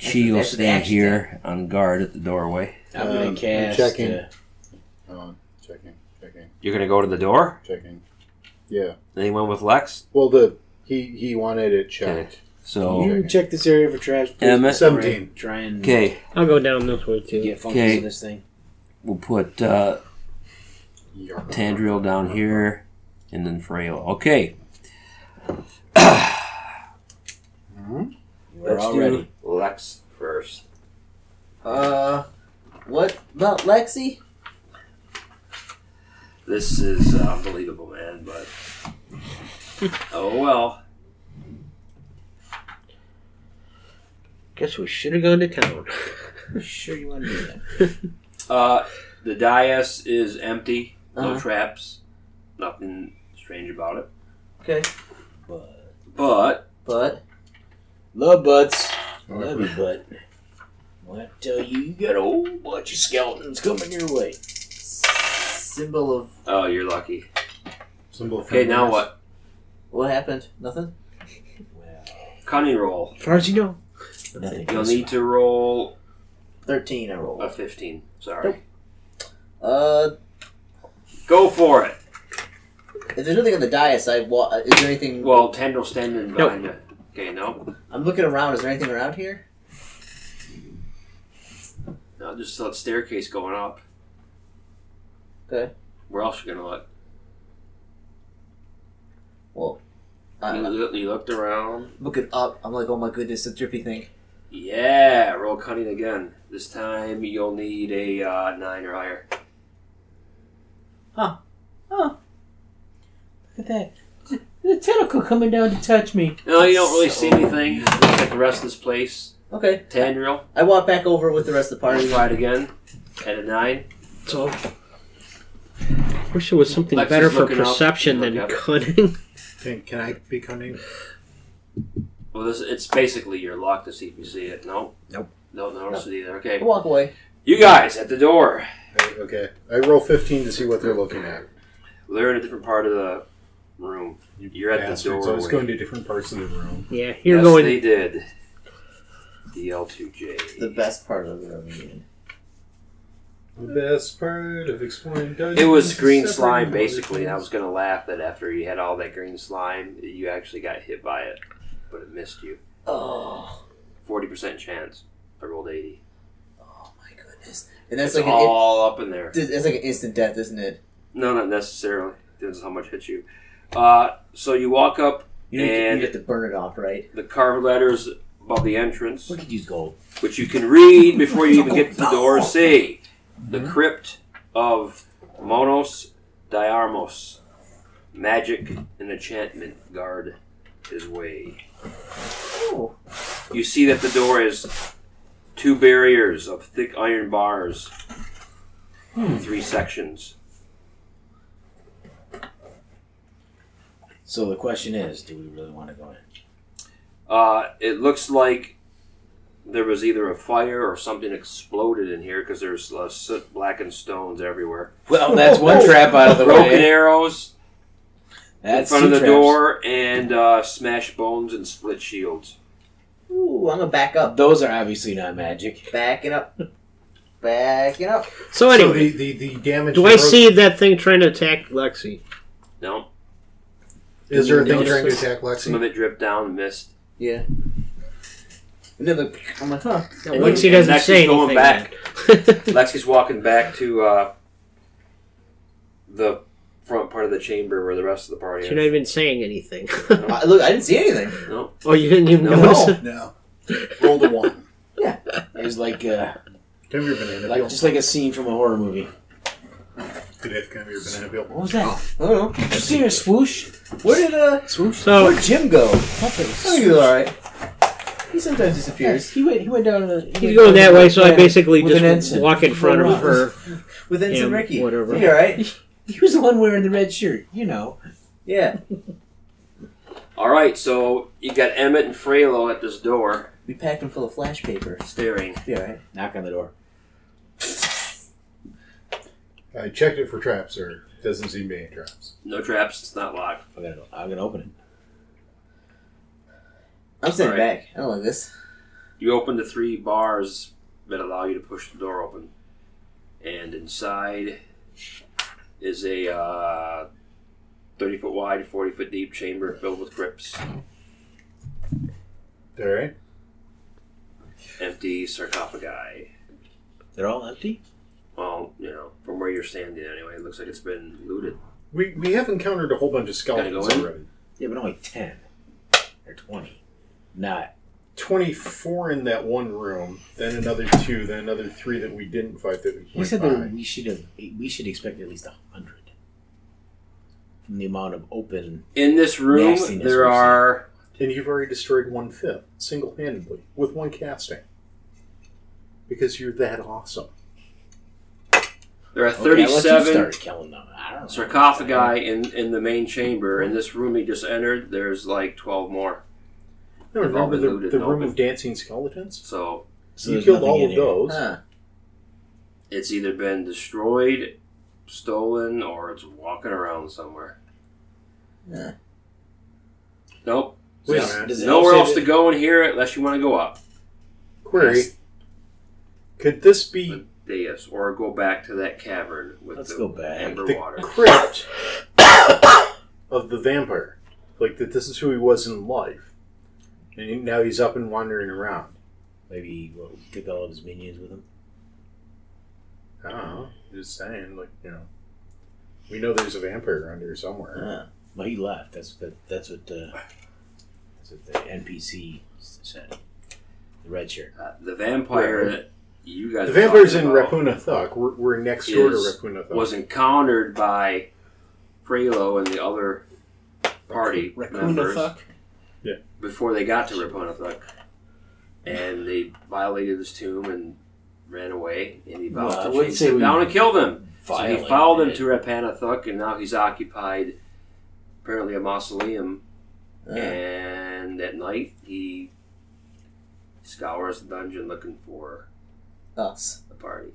she will
That's the
stand
action
here on guard at the doorway.
I'm gonna
Um,
cast.
checking.
uh,
Hold on. Checking, checking,
You're gonna go to the door.
checking. Yeah.
Anyone with Lex?
Well, the he he wanted it checked.
So
You check this area for traps. please,
Emmett.
before I
17.
Try and
okay,
I'll go down this way too.
get funky
Okay.
with this thing.
we'll put uh,
Yeah.
Tandriel down here, and then Frail. Okay,
Hmm?
We're all ready.
do Lex first.
Uh, what about Lexi?
This is uh, unbelievable, man. But oh well.
Guess we should have gone to town.
Sure, you want to do that?
Uh, the dais is empty. No
Uh-huh.
traps. Nothing strange about it.
Okay,
But
But
but
love butts. Love you, butt. Well, I tell you, you got a whole bunch of skeletons coming your way.
symbol of
oh, you're lucky.
Symbol of
Okay, now
friendliness.
what?
what happened? Nothing.
Well,
Cunning roll.
far as you know.
nothing.
You'll
goes
need to roll
Thirteen. I
a
rolled.
15. Sorry.
Uh,
Go for it.
if there's nothing on the dais, I wa- uh, is there anything?
Well, Tendril standing behind you. Okay, no.
I'm looking around. Is there anything around here?
No, just that staircase going up.
Okay.
Where else you gonna look?
Well,
You,
I,
loo- you looked around.
I'm looking Uh, up. I'm like, oh my goodness, a drippy thing.
Yeah, roll cunning again. This time you'll need a uh, nine or higher.
Look at that. The tentacle coming down to touch me.
No, you don't really see anything. Looks like the rest of this place.
Okay,
Tendril,
I walk back over with the rest of the party.
try it again. At a nine.
So, wish there was something
Lexi's
better for
looking up.
perception
Look
than
at it.
cunning.
Can, can I be cunning?
Well, this it's basically your luck to see if you see it. No.
Nope.
Don't notice it either.
I
Okay.
walk away.
You guys at the door.
Hey, okay. I roll 15 to see what they're looking at.
Well, they're in a different part of the room. You're at the
Bastards,
door.
I was going to different parts of the room.
Yeah, you're
yes,
going.
they did.
The
DL2J.
best part of the room.
The best part of exploring dungeons.
It was
is
green
separating
slime,
the other
basically. And I
things.
was going to laugh that after you had all that green slime, you actually got hit by it, but it missed you.
Oh,
40% chance. I rolled 80.
oh my goodness! And that's
It's
like an,
all up in there.
it, it's like an instant death, isn't it?
No, not necessarily. Depends on how much hits you. Uh, so you walk up
You don't have to-
And-
you have to burn it off, right?
The carved letters above the entrance,
We could use gold.
which you can read before you even get to the door, say the crypt of Monos Diarmos. Magic and enchantment guard his way.
Oh,
You see that the door is two barriers of thick iron bars, in three sections.
So the question is, do we really want to go in?
Uh, it looks like there was either a fire or something exploded in here because there's uh, soot, blackened stones everywhere.
Well, that's one trap out of the
Broken
way.
arrows
That's
in front of
two
the
traps.
door and uh, smashed bones and split shields.
ooh, I'm gonna back up,
Those are obviously not magic.
backing up, backing up.
So
So
anyway,
the, the, the damage.
do I
broke-
see that thing trying to attack Lexi?
No,
Is there a thing
Notice
trying to
this?
attack
some of
Lexi?
it dripped down and missed.
Yeah. And then the, I'm like, huh?
Now, Lexi
And
doesn't
Lexi's
say anything.
going back. Lexi's walking back to uh, the front part of the chamber where the rest of the party
She's
is.
not even saying anything.
I, look, I didn't see anything.
No,
oh, you didn't even
No.
notice it?
No. Roll the one.
It was like, uh,
Come here, banana
like
peel.
just like a scene from a horror movie.
Did come here, banana peel.
What was that?
I don't
Oh.
know.
Did you see her swoosh?
Where did uh,
So
Oh.
where'd Jim go? I think
He
he's all right. He sometimes disappears.
went. He went down. The,
he's going that way, so I basically
With an
just
ensign.
walk in front of her.
With Ensign
Him,
Ricky.
whatever.
He all right?
He was the one wearing the red shirt. You know.
Yeah.
all right. So you got Emmett and Frelo at this door
We packed him full of flash paper.
staring.
Be all right.
Knock on the door.
I checked it for traps, or doesn't seem to be any traps.
No traps. It's not locked.
I'm gonna, I'm gonna open it.
I'm sitting
All
back. I don't like this.
You open the three bars that allow you to push the door open, and inside is a uh, thirty foot wide, forty foot deep chamber filled with crypts,
All right.
empty sarcophagi.
They're all empty.
Well, you know, from where you're standing anyway, it looks like it's been looted.
We, we have encountered a whole bunch of skeletons
Gotta go in?
already.
Yeah, but only ten or twenty. Not
24 in that one room, then another two, then another three that we didn't fight that we
He
went
said
by.
that we should have. We should expect at least a hundred from the amount of open.
In this room,
Nastiness
there
we've seen.
are
And you've already destroyed one fifth single handedly with one casting. Because you're that awesome.
there are
Okay,
thirty
I'll let you
seven
start killing them. I don't know.
sarcophagi in in the main chamber. In this room you just entered, there's like twelve more.
No,
They've all
remember
been
the,
looted
the
and
room
opened.
of dancing skeletons?
So
So
you
there's
killed
nothing
all
in
of
here.
those.
Huh.
it's either been destroyed, stolen, or it's walking around somewhere.
Yeah.
Nope.
Wait
Does-
a minute.
does it
Nowhere
say
else
that-
to go in here unless you want to go up.
Query Could this be
Dais, or go back to that cavern with
Let's
the
go back.
amber
the
water.
crypt of the vampire? Like, that this is who he was in life. And he- now he's up and wandering around.
Maybe he will took all of his minions with him.
I don't know. Just saying, like, you know. We know there's a vampire around here somewhere.
Huh.
Well, he left. That's that, that's what the that's what the NPC said. The red shirt.
Uh, the vampire that you guys
The
were
vampire's in
talking about
Rapuna Thuk. We're, we're next door to
is-
Rapuna Thuk.
was encountered by Frelo and the other party members
Yeah.
before they got to Rapunathuck. And they violated his tomb and ran away. And he vowed
Well, I
to
wouldn't
chase
say
them
we
down and kill them. so
violated
he followed them
it.
to Rapunathuck, and now he's occupied apparently a mausoleum.
Uh,
And at night, he scours the dungeon looking for
us.
the party.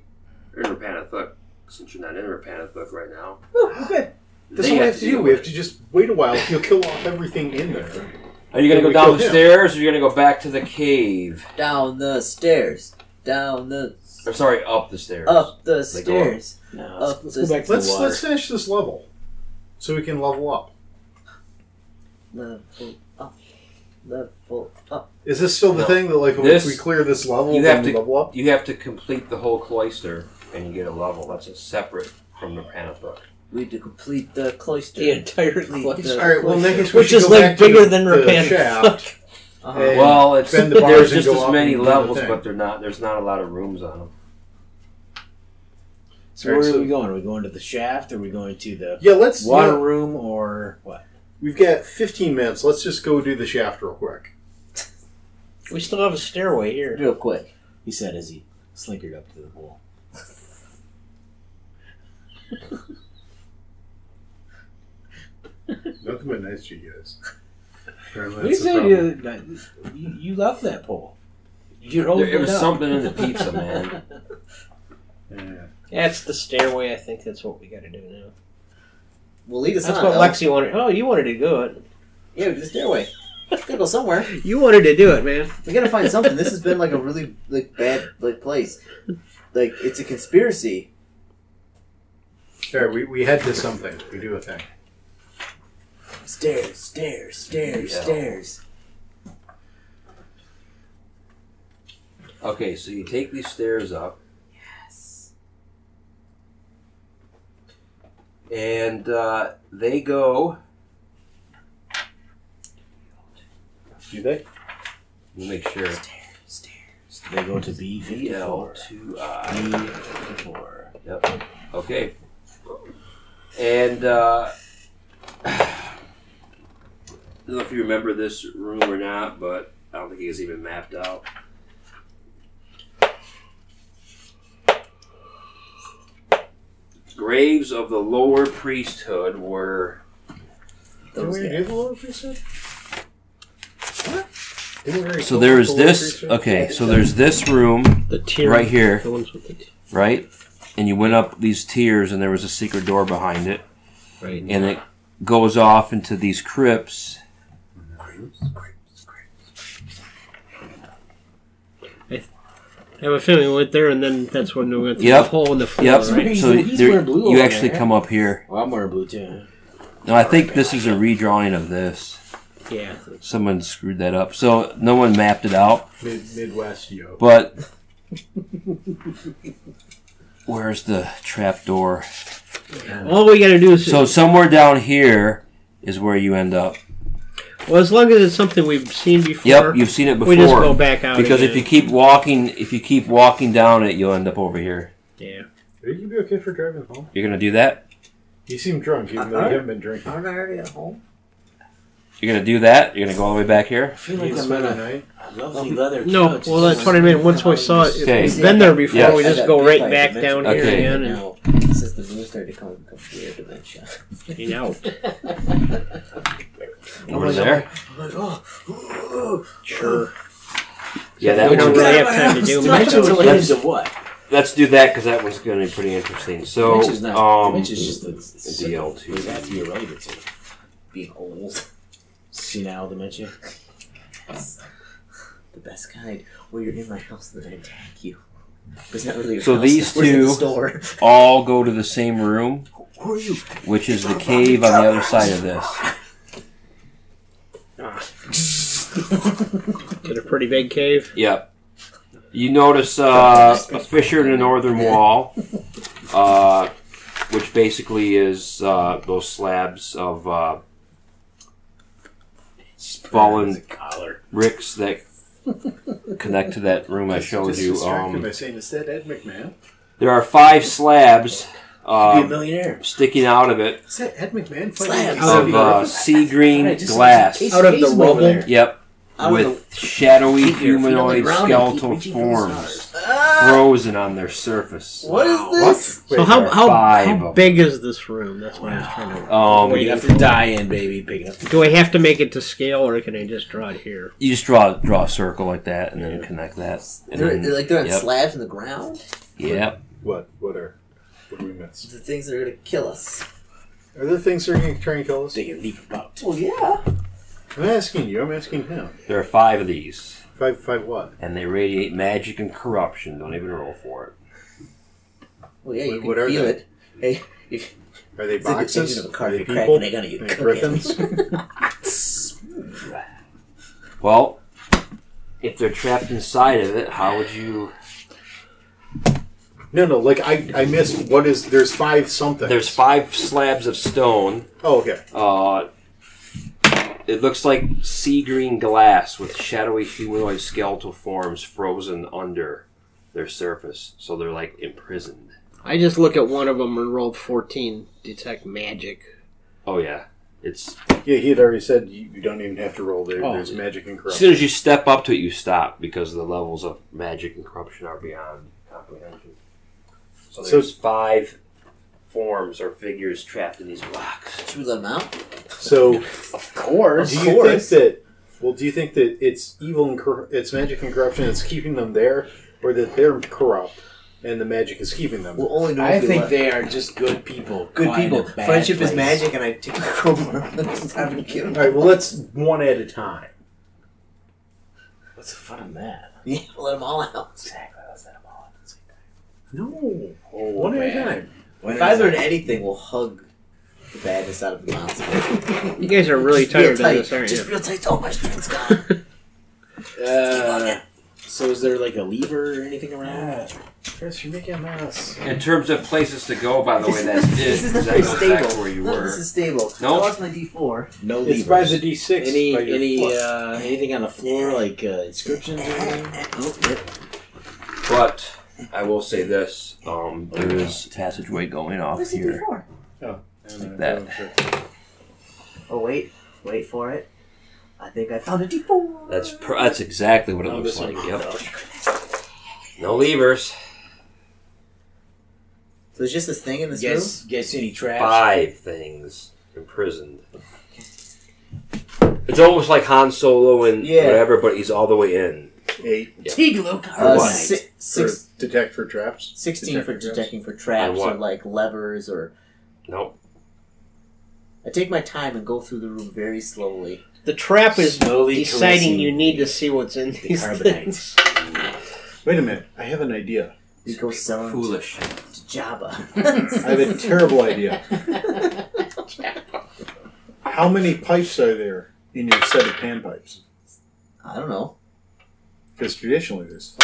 They're in Rapunathuck. Since you're not in Rapunathuck right now,
Oh, okay.
That's
they
all we have to
deal
do. We
with
have to just wait a while. He'll kill off everything in there.
Are you gonna
Then
go
we
down
kill
the
him.
stairs, or you're gonna go back to the cave?
Down the stairs. Down the
I'm sorry, up the stairs.
up the
They go up.
stairs.
No,
Up
let's, let's go
the-
back to
Let's
the water.
let's finish this level, so we can level up.
Level up. Level up.
Is this still the
No.
thing that like
This-
if we clear this level,
you
then
have
we
to-
level up?
You have to complete the whole cloister, and you get a level. That's a separate from the Panathook.
We had to complete the cloister.
The entire
Complete
cloister.
the
All right. Well,
cloister.
Nick,
Which is like bigger than
the
Repent.
shaft.
Fuck.
Uh-huh.
Hey.
Well, it's
bend the bars
there's
and
just
go
as
up
many
and do the
levels,
thing.
but they're not. There's not a lot of rooms on them.
So where
Alright,
are
so-
we going? Are we going to the shaft? Are we going to the
Yeah, let's. you
water
know,
room or what?
we've got 15 minutes. Let's just go do the shaft real quick.
We still have a stairway here.
Real quick.
He said as he slinkered up to the wall.
Nothing but nice to you guys. Apparently
We
that's the
said
problem.
you, that- you, you love that pole. You're holding
There- It was
up.
something in the pizza, man.
Yeah.
That's the stairway. I think that's what we got to do now.
Well, lead us
That's
on.
what
Elf.
Lexi wanted. Oh, you wanted to do it.
Yeah, we did the stairway. Gotta go somewhere.
You wanted to do it, man.
We gotta find something. This has been like a really like bad like place. Like it's a conspiracy.
All right, we, we head to something. We do a thing.
Stairs, stairs, stairs,
Yeah.
stairs.
Okay, so you take these stairs up. Yes. And uh, they go.
Do they?
Let me make sure.
They go to B
B L
fifty-four.
two I.
B fifty-four.
Yep. Okay. And uh, I don't know if you remember this room or not, but I don't think it was even mapped out. Graves of the lower priesthood were
Those
Didn't
guys.
we do the lower priesthood? What? Didn't we already
so
go
there
with
is
the lower
this
priesthood?
okay so there's this room
The tier
right here
The ones with the tier.
right and you went up these tiers and there was a secret door behind it
Right.
and it goes off into these crypts
I have a feeling we went there, and then that's when we went through
Yep.
the hole in the floor.
Yep.
Right?
So
He's- he's
there-
wearing blue
you
over
actually
there.
come up here.
Well, I'm wearing blue too.
No, I think this is a redrawing of this.
Yeah.
Someone screwed that up. So no one mapped it out.
Mid- Midwest, yo.
But where's the trap door?
All we got to do is
So somewhere down here is where you end up.
well, as long as it's something we've seen before.
Yep, you've seen it before.
We just go back out
because if you
again.
keep walking, if you keep walking down it, you'll end up over here.
Yeah.
Are you be okay for driving home?
You're gonna do that.
You seem drunk, even though you haven't been drinking.
Aren't I already at home?
You're gonna do that. You're gonna go all the way back here.
I feel
You
like I'm
spent
on
the
a
night.
lovely leather.
No,
couch.
well, that's what I mean. Once we saw it,
Okay.
we've been there before.
Yes.
We just go right back down here
Okay.
again and
Now, since the moon started to come become weird dementia.
you know.
Over there.
I'm like, oh, ooh,
Sure.
Yeah, that
We don't
one's-
really have time to do much.
Dimension related
Let's-
to what?
Let's do that because that one's going to be pretty interesting. So,
Dimension's not.
um,
dimension's just the it's
DL2.
What is that to be related to?
being old,
Senile dementia.
the best kind. Where you're in my house and then I attack you. But it's not really your
So
house.
these
We're just in
two-
the store.
all go to the same room,
Who are you?
which is the cave on the other side of this.
It's a pretty big cave.
Yep. You notice uh, a fissure in the northern wall, uh, which basically is uh, those slabs of uh, fallen
Collar.
bricks that connect to that room I showed
Just
you.
distracted
Um,
by saying, is that Ed McMahon?
there are five slabs
Be a
um,
millionaire.
sticking out of it
Is that Ed McMahon?
Slabs.
Out
of
of,
uh, sea green
Right, just-
glass.
He's
Out of the
hazing over
rubble?
there.
Yep.
Out of
With shadowy
Keep your feet on the
humanoid
ground and keep
skeletal
reaching for the
forms
Ah,
frozen on their surface.
what is this?
So how how,
Five of
how
them.
big is this room? That's what I was trying to.
Um,
Well, you have to die in, baby. Big enough.
Do I have to make it to scale, or can I just draw it here?
you just draw draw a circle like that and then connect that. And
They're,
then-
they're like they're on
yep,
slabs in the ground.
Yep.
What? What are? What do we miss?
The things that are gonna kill us.
Are there things that are going to try and kill us?
They can leap about.
Well, yeah.
I'm not asking you. I'm asking him.
There are five of these,
Five, five, what?
and they radiate magic and corruption. Don't even roll for it.
Well, yeah. You
What are
can feel
they?
it. Hey, if,
Are they
it's like the
boxes?
engine of a car.
are they
If you crack
people?
it, I gotta
Are
get
they
cooking.
griffins?
Well, if they're trapped inside of it, how would you?
No, no. Like I, I missed. What is? There's five something.
There's five slabs of stone.
Oh, okay.
Uh, it looks like sea green glass with shadowy humanoid skeletal forms frozen under their surface. So they're like imprisoned.
I just look at one of them and rolled 14 detect magic.
Oh, yeah. It's
Yeah, he had already said you, you don't even have to roll. There,
Oh.
There's magic and
As
corruption.
soon as you step up to it, you stop because the levels of magic and corruption are beyond comprehension. So
So-
there's five forms or figures trapped in these blocks.
Should we let him out?
So,
Of course.
do you think that? Well, do you think that it's evil and cor- it's magic and corruption that's keeping them there, or that they're corrupt and the magic is keeping them?
We'll only know
I
if we
think
let-
they are just good people.
good
Why in
people.
a bad
Friendship is
place?
magic, and I take a crowbar. It's time to kill him.
All right. Well, let's one at a time.
What's the fun in that?
Yeah, let them all out.
Exactly. That's not a ball.
No,
Oh,
one at a
man.
time.
When
If
is
I
it?
learn anything, we'll hug the badness out of the monster.
You guys are really
Just real
tired of
tight.
this, aren't
Just
you?
real tight. Oh, my strength's gone.
Uh, so is there like a lever or anything around?
Chris, you're making a mess.
In terms of places to go, by the way,
This is-
that's it.
This is not
'cause that
very
goes
stable.
Back where you
None of
were.
this is stable.
No.
I lost my D4.
No
It's by
levers.
the D six.
Any any uh, anything on the floor like uh, inscriptions or anything?
Oh, yep.
But I will say this: um, there is passageway going off
Where's the
here.
D4?
like
that.
Oh, wait. Wait for it. I think I found a D4.
That's pr- that's exactly what it
Oh,
looks
this one.
like. oh, Yep. No levers.
So there's just this thing in this
Guess guess any traps?
Five things imprisoned. It's almost like Han Solo and
Yeah.
whatever, but he's all the way in.
eight
room? Uh,
Why?
si-
for
six,
detect for traps.
16 for
Detector traps.
detecting for traps
On what?
or like levers or.
Nope.
I take my time and go through the room very slowly.
The trap is
Slowly
deciding
caressing
you need to see what's in
the
these things.
carbonites.
Wait a minute. I have an idea.
You go sell 'em to,
Foolish.
to Jabba.
I have a terrible idea. How many pipes are there in your set of panpipes?
I don't know.
Because traditionally there's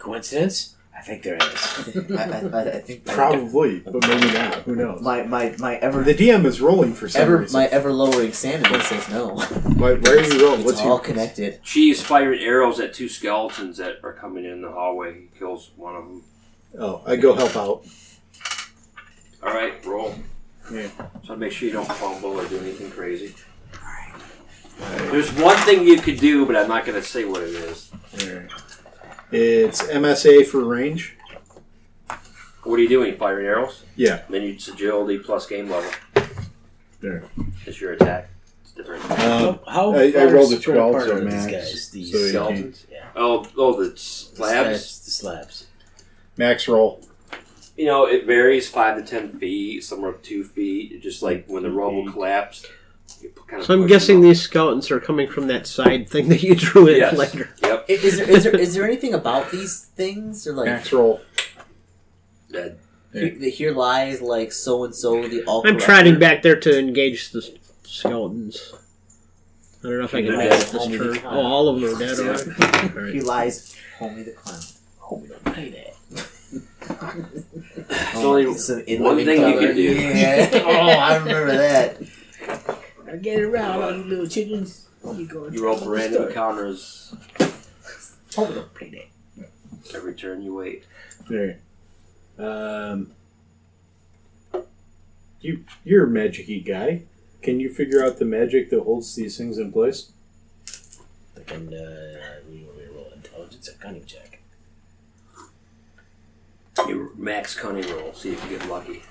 Coincidence? I think there is.
I, I, I- I think
probably, but maybe not. Who knows?
my my my ever
The DM is rolling for some
ever
reason.
my ever lowering sanity says no.
Why, why are you rolling?
It's
What's
all
your
connected.
She's firing arrows at two skeletons that are coming in the hallway. He kills one of them.
Oh, I go help out.
All right, roll.
Yeah.
So make sure you don't fumble or do anything crazy. There's one thing you could do, but I'm not going to say what it is.
It's MSA for range.
What are you doing? Firing arrows?
Yeah.
Then you it's agility plus game level.
There.
It's your attack. It's different.
Um,
Uh,
How- how
I- I
far
rolled a
spread
12,
apart
so
are these
max.
guys? These
So you
Skeletons?
Yeah.
Oh, oh, the
The
slabs.
The slabs.
max roll.
You know, it varies five to ten feet, somewhere up two feet. It Just like when the rubble collapsed. you kind of
So I'm
push
guessing
them
these skeletons are coming from that side thing that you drew in
Yes.
later.
up. Yep.
I- Is there is there is there anything about these things or like
Max roll.
Dead.
he- that here lies like so and so the all.
I'm
correct-
trotting back there to engage the s- skeletons. I don't know if I can
They're
make
dead.
it this
All of
turn.
them.
Oh, all of them are dead. already. All
He
right.
lies. Homie the clown. Homie the clown.
Oh,
only
some in
one
living
thing you
color.
can do.
Yeah. oh, I remember that.
Get around, all you little chickens. You go
uh, You roll for random encounters
Homie the clown.
every turn you wait.
There. Um, you you're a magicy guy. Can you figure out the magic that holds these things in place?
Like an, uh, we we roll intelligence or cunning check.
You max cunning roll, see if you get lucky.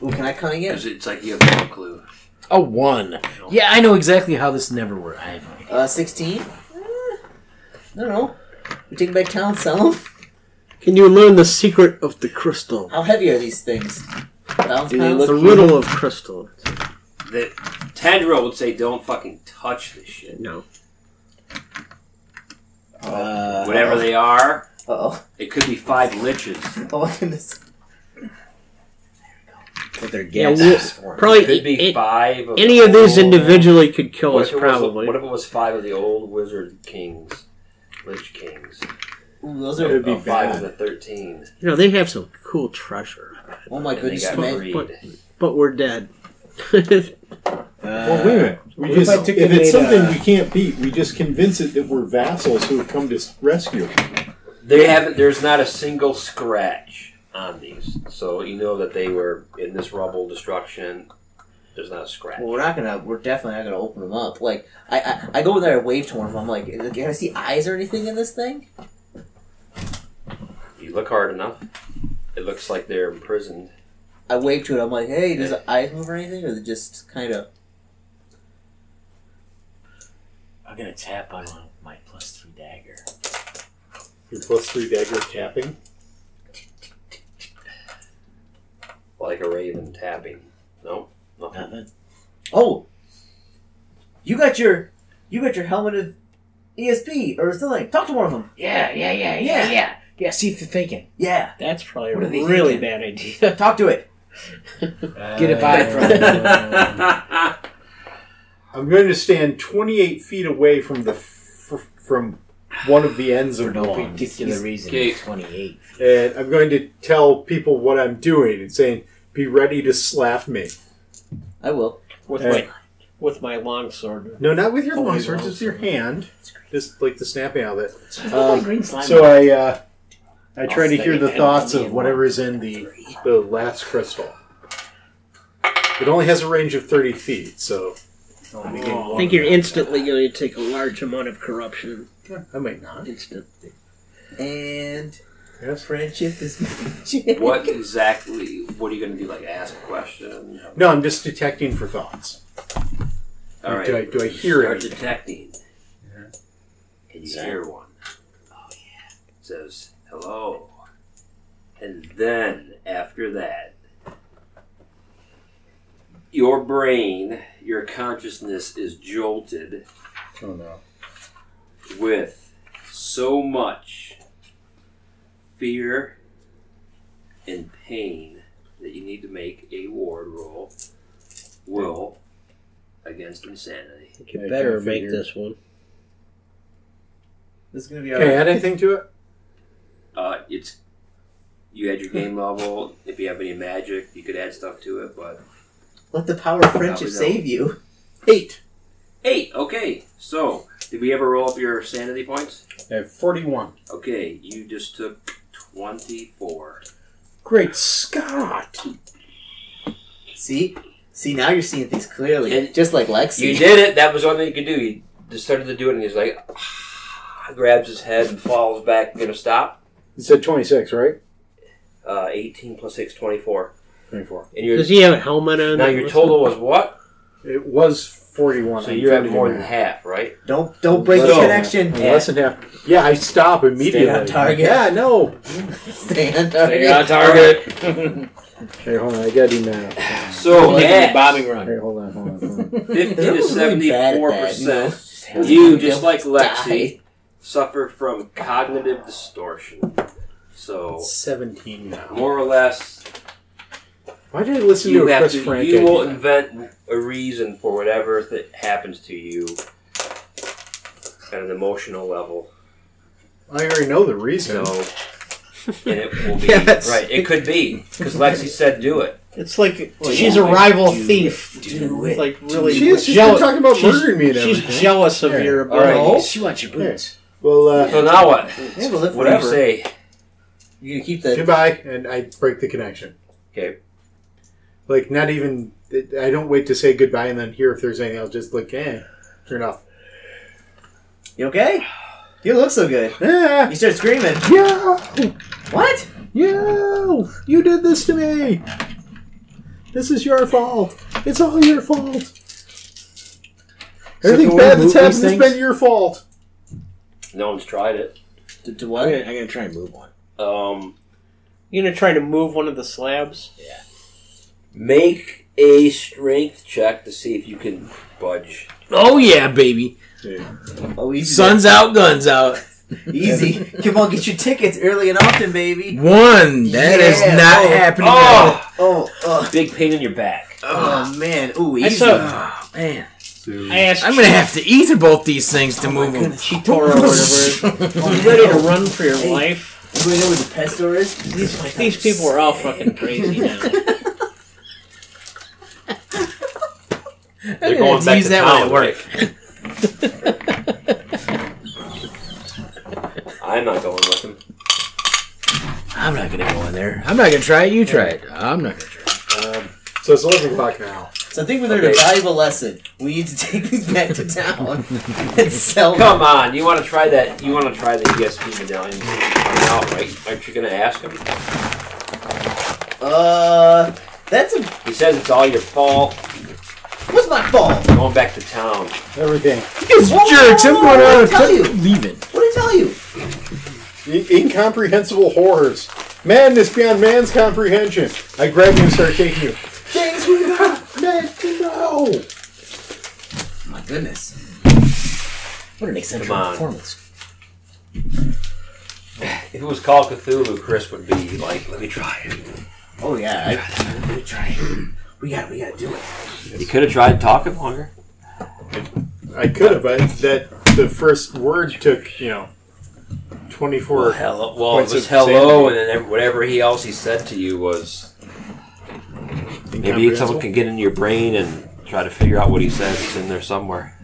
Ooh, can I come again?
Because it's like you have no clue.
A one. Yeah, I know exactly how this never worked. I have
Uh, sixteen. I don't know. We take them back town, sell them.
Can you learn the secret of the crystal?
How heavy are these things? Thousand
Do they
pounds?
The
look-
riddle of crystal.
The ten year old would say, "Don't fucking touch this shit."
No.
Uh,
Whatever they are,
Uh-oh.
it could be five liches.
Oh, my goodness.
What their
Yeah,
gas
we'll-
is for.
Probably
It could be
a- a-
five. Of
any of these
old-
individually could kill
What
us,
if, it was,
probably.
what if it was five of the old wizard kings, Uh, lich kings?
Ooh, those
It
are
would be
A five
bad.
and a thirteen.
You know, they have some cool treasure,
oh my
And they
goodness,
got
man.
greed.
but but we're dead. That's
Uh,
Well, wait a minute. We just,
if I
Uh, if,
took and
it's
made
something
a-
we can't beat, we just convince it that we're vassals who have come to s- rescue.
They haven't. There's not a single scratch on these, so you know that they were in this rubble destruction. There's not a scratch.
Well, we're not gonna. We're definitely not gonna open them up. Like I, I, I go in there, I wave to one of them. I'm like, can I see eyes or anything in this thing?
You look hard enough. It looks like they're imprisoned.
I wave to it. I'm like, hey, does the eyes move or anything, or they just kind of?
I'm gonna tap on one of my plus three dagger.
Your plus three dagger tapping.
like a raven tapping. No,
Uh,
nothing.
Nothing.
Oh, you got your, you got your helmet of ESP or something. Talk to one of them.
Yeah, yeah, yeah,
yeah,
yeah. Yeah, see if you're thinking.
Yeah,
That's probably
What
a
are they
really
thinking?
bad idea.
talk to it.
Uh,
Get a vibe from it.
I'm going to stand 28 feet away from the f- from one of the ends
For
of the
no
loop,
particular reason.
Okay.
28.
and I'm going to tell people what I'm doing and saying, "Be ready to slap me."
I will.
With,
Uh,
my, with my longsword.
No, not with your
Oh,
long
with
sword, just your hand, just like the snapping of it.
Oh, green slime.
So I uh, I try
I'll
to hear
stay
the
and
thoughts
give me
of
a
whatever is in the the last crystal. It only has a range of 30 feet, so
I think you're instantly going to take a large amount of corruption.
I might not.
Instantly.
And
Yes.
friendship is magic.
what exactly? What are you going to do? Like ask a question?
No, I'm just detecting for thoughts.
All right.
Do I, do I hear
Start
it?
detecting. And you hear one. Oh yeah. Says hello. And then after that, your brain, your consciousness is jolted
Oh no.
with so much fear and pain that you need to make a ward roll will against insanity.
You
I
better
kinda
make
figured.
this one.
This is gonna be
Can I
our.
add anything to it?
Uh, it's you had your game level. If you have any magic, you could add stuff to it. But
Let the power of friendship
Probably don't.
save you.
Eight.
eight, okay. So did we ever roll up your sanity points?
I have 41.
Okay, you just took twenty-four.
Great Scott!
See, see, now you're seeing things clearly,
And-
just like Lexi.
You did it. That was the only thing you could do. You just started to do it, and he's like, grabs his head and falls back. Gonna stop.
You said 26, right?
Uh, 18 plus 6, 24.
24.
And you're,
Does he have a helmet on?
now your total was what?
It was 41.
So
I'm
you're at
trying to
more
do
than
math.
half, right?
Don't don't break the
Let's go.
connection.
Less than half. Yeah, I stop immediately.
on target.
Yeah, no.
Stay on target.
target.
Hey, hold on. I gotta do math.
So at
oh, bobbing run.
Hey, hold on, hold on, hold on.
50
They're
to
really
74
bad at that,
percent, you just
They'll
like
die.
Lexi suffer from cognitive distortion. So
17 now.
more or less,
Why did I listen
you
to a
have
Chris
to.
Frank?
you
idea?
will invent a reason for whatever that happens to you at an emotional level.
I already know the reason.
So. And it will be
Yeah, that's-
right. It could be because Lexi said, "Do it."
It's like
Well,
she's
yeah,
a
like,
rival
do
thief.
Do
It's
it.
like really
She is- she's been
jealous.
talking about
she's,
murdering me and
She's
everything. Oh.
jealous of
Yeah.
your
All right.
ability.
She wants your
boots.
boots.
Well, uh,
So now what?
Yeah, we'll live
What do you
forever.
say?
You're gonna keep the
goodbye, and I break the connection.
Okay.
Like, not even. I don't wait to say goodbye and then hear if there's anything else. Just like, eh, turn off.
You okay? You look so good.
Yeah,
You start screaming.
yeah,
What?
yeah! You did this to me. This is your fault. It's all your fault. Everything
can we
bad that's
move
happened
these
has
things?
been your fault.
No one's tried it.
To, to
I'm
what?
going to try and move one.
Um,
You're gonna try to move one of the slabs.
Make a strength check to see if you can budge.
Oh, yeah, baby.
Oh, easy.
Sun's out, guns out.
Easy. Come on, get your tickets early and often, baby.
One. That is
Yeah.
not
Oh.
happening.
Oh,
Oh, oh,
big pain in your back.
oh man. Ooh, easy.
That's a
man.
to.
I asked
I'm gonna have to eat both these things
Oh
to move 'em. move them.
Chitoro or whatever. Are you ready to run for your
Hey.
life?
Everybody know where the pet store is?
These, these people are all fucking crazy now.
They're
going back
use
to
that
town,
one at work.
I'm not going with him.
I'm not gonna go in there. I'm not gonna try it. You try it. I'm not gonna try. It.
so it's 11 o'clock now.
So I think we learned a valuable lesson. We need to take these back to town and sell them.
Come on, you want to try that? You want to try the ESP medallion? and Find out, right? Aren't you going to ask him?
Uh, that's a.
He says it's all your fault.
What's my fault?
Going back to town.
Everything.
It's
Whoa,
jerks.
whoa,
I'm
whoa,
going
whoa,
out
I
of
tell you.
town. Leaving.
What did I tell you?
I- incomprehensible horrors. Madness beyond man's comprehension. I grab you and start taking you. Things we not meant to know.
My goodness. What an eccentric
Come on.
performance.
If it was called Cthulhu, Chris would be like, "Let me try it."
Oh yeah, I, we try. We got, we got to do it.
You could have tried talking longer.
I could have, but that the first word took you know twenty
Well,
four.
hello. Well, it
Points
was
of
hello, and
sanity.
then whatever he else he said to you was maybe someone can get into your brain and try to figure out what he says. It's in there somewhere.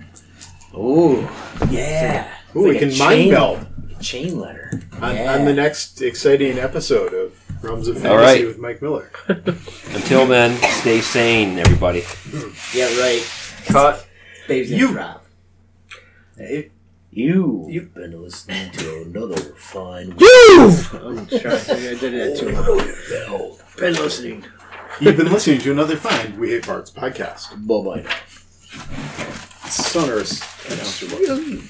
Ooh,
Yeah.
Ooh, we
like a
can mind
chain.
meld
chain letter.
on,
Yeah.
on the next exciting episode of Realms of Fantasy
All right.
with Mike Miller.
Until then, stay sane, everybody.
Yeah, right.
Cut.
Baby's you drop.
You.
You've been listening to another fine.
I'm shocked I did that too. Been listening.
You've been listening to another fine We Hate Bards podcast.
Bye bye.
Sonorous. Announcer.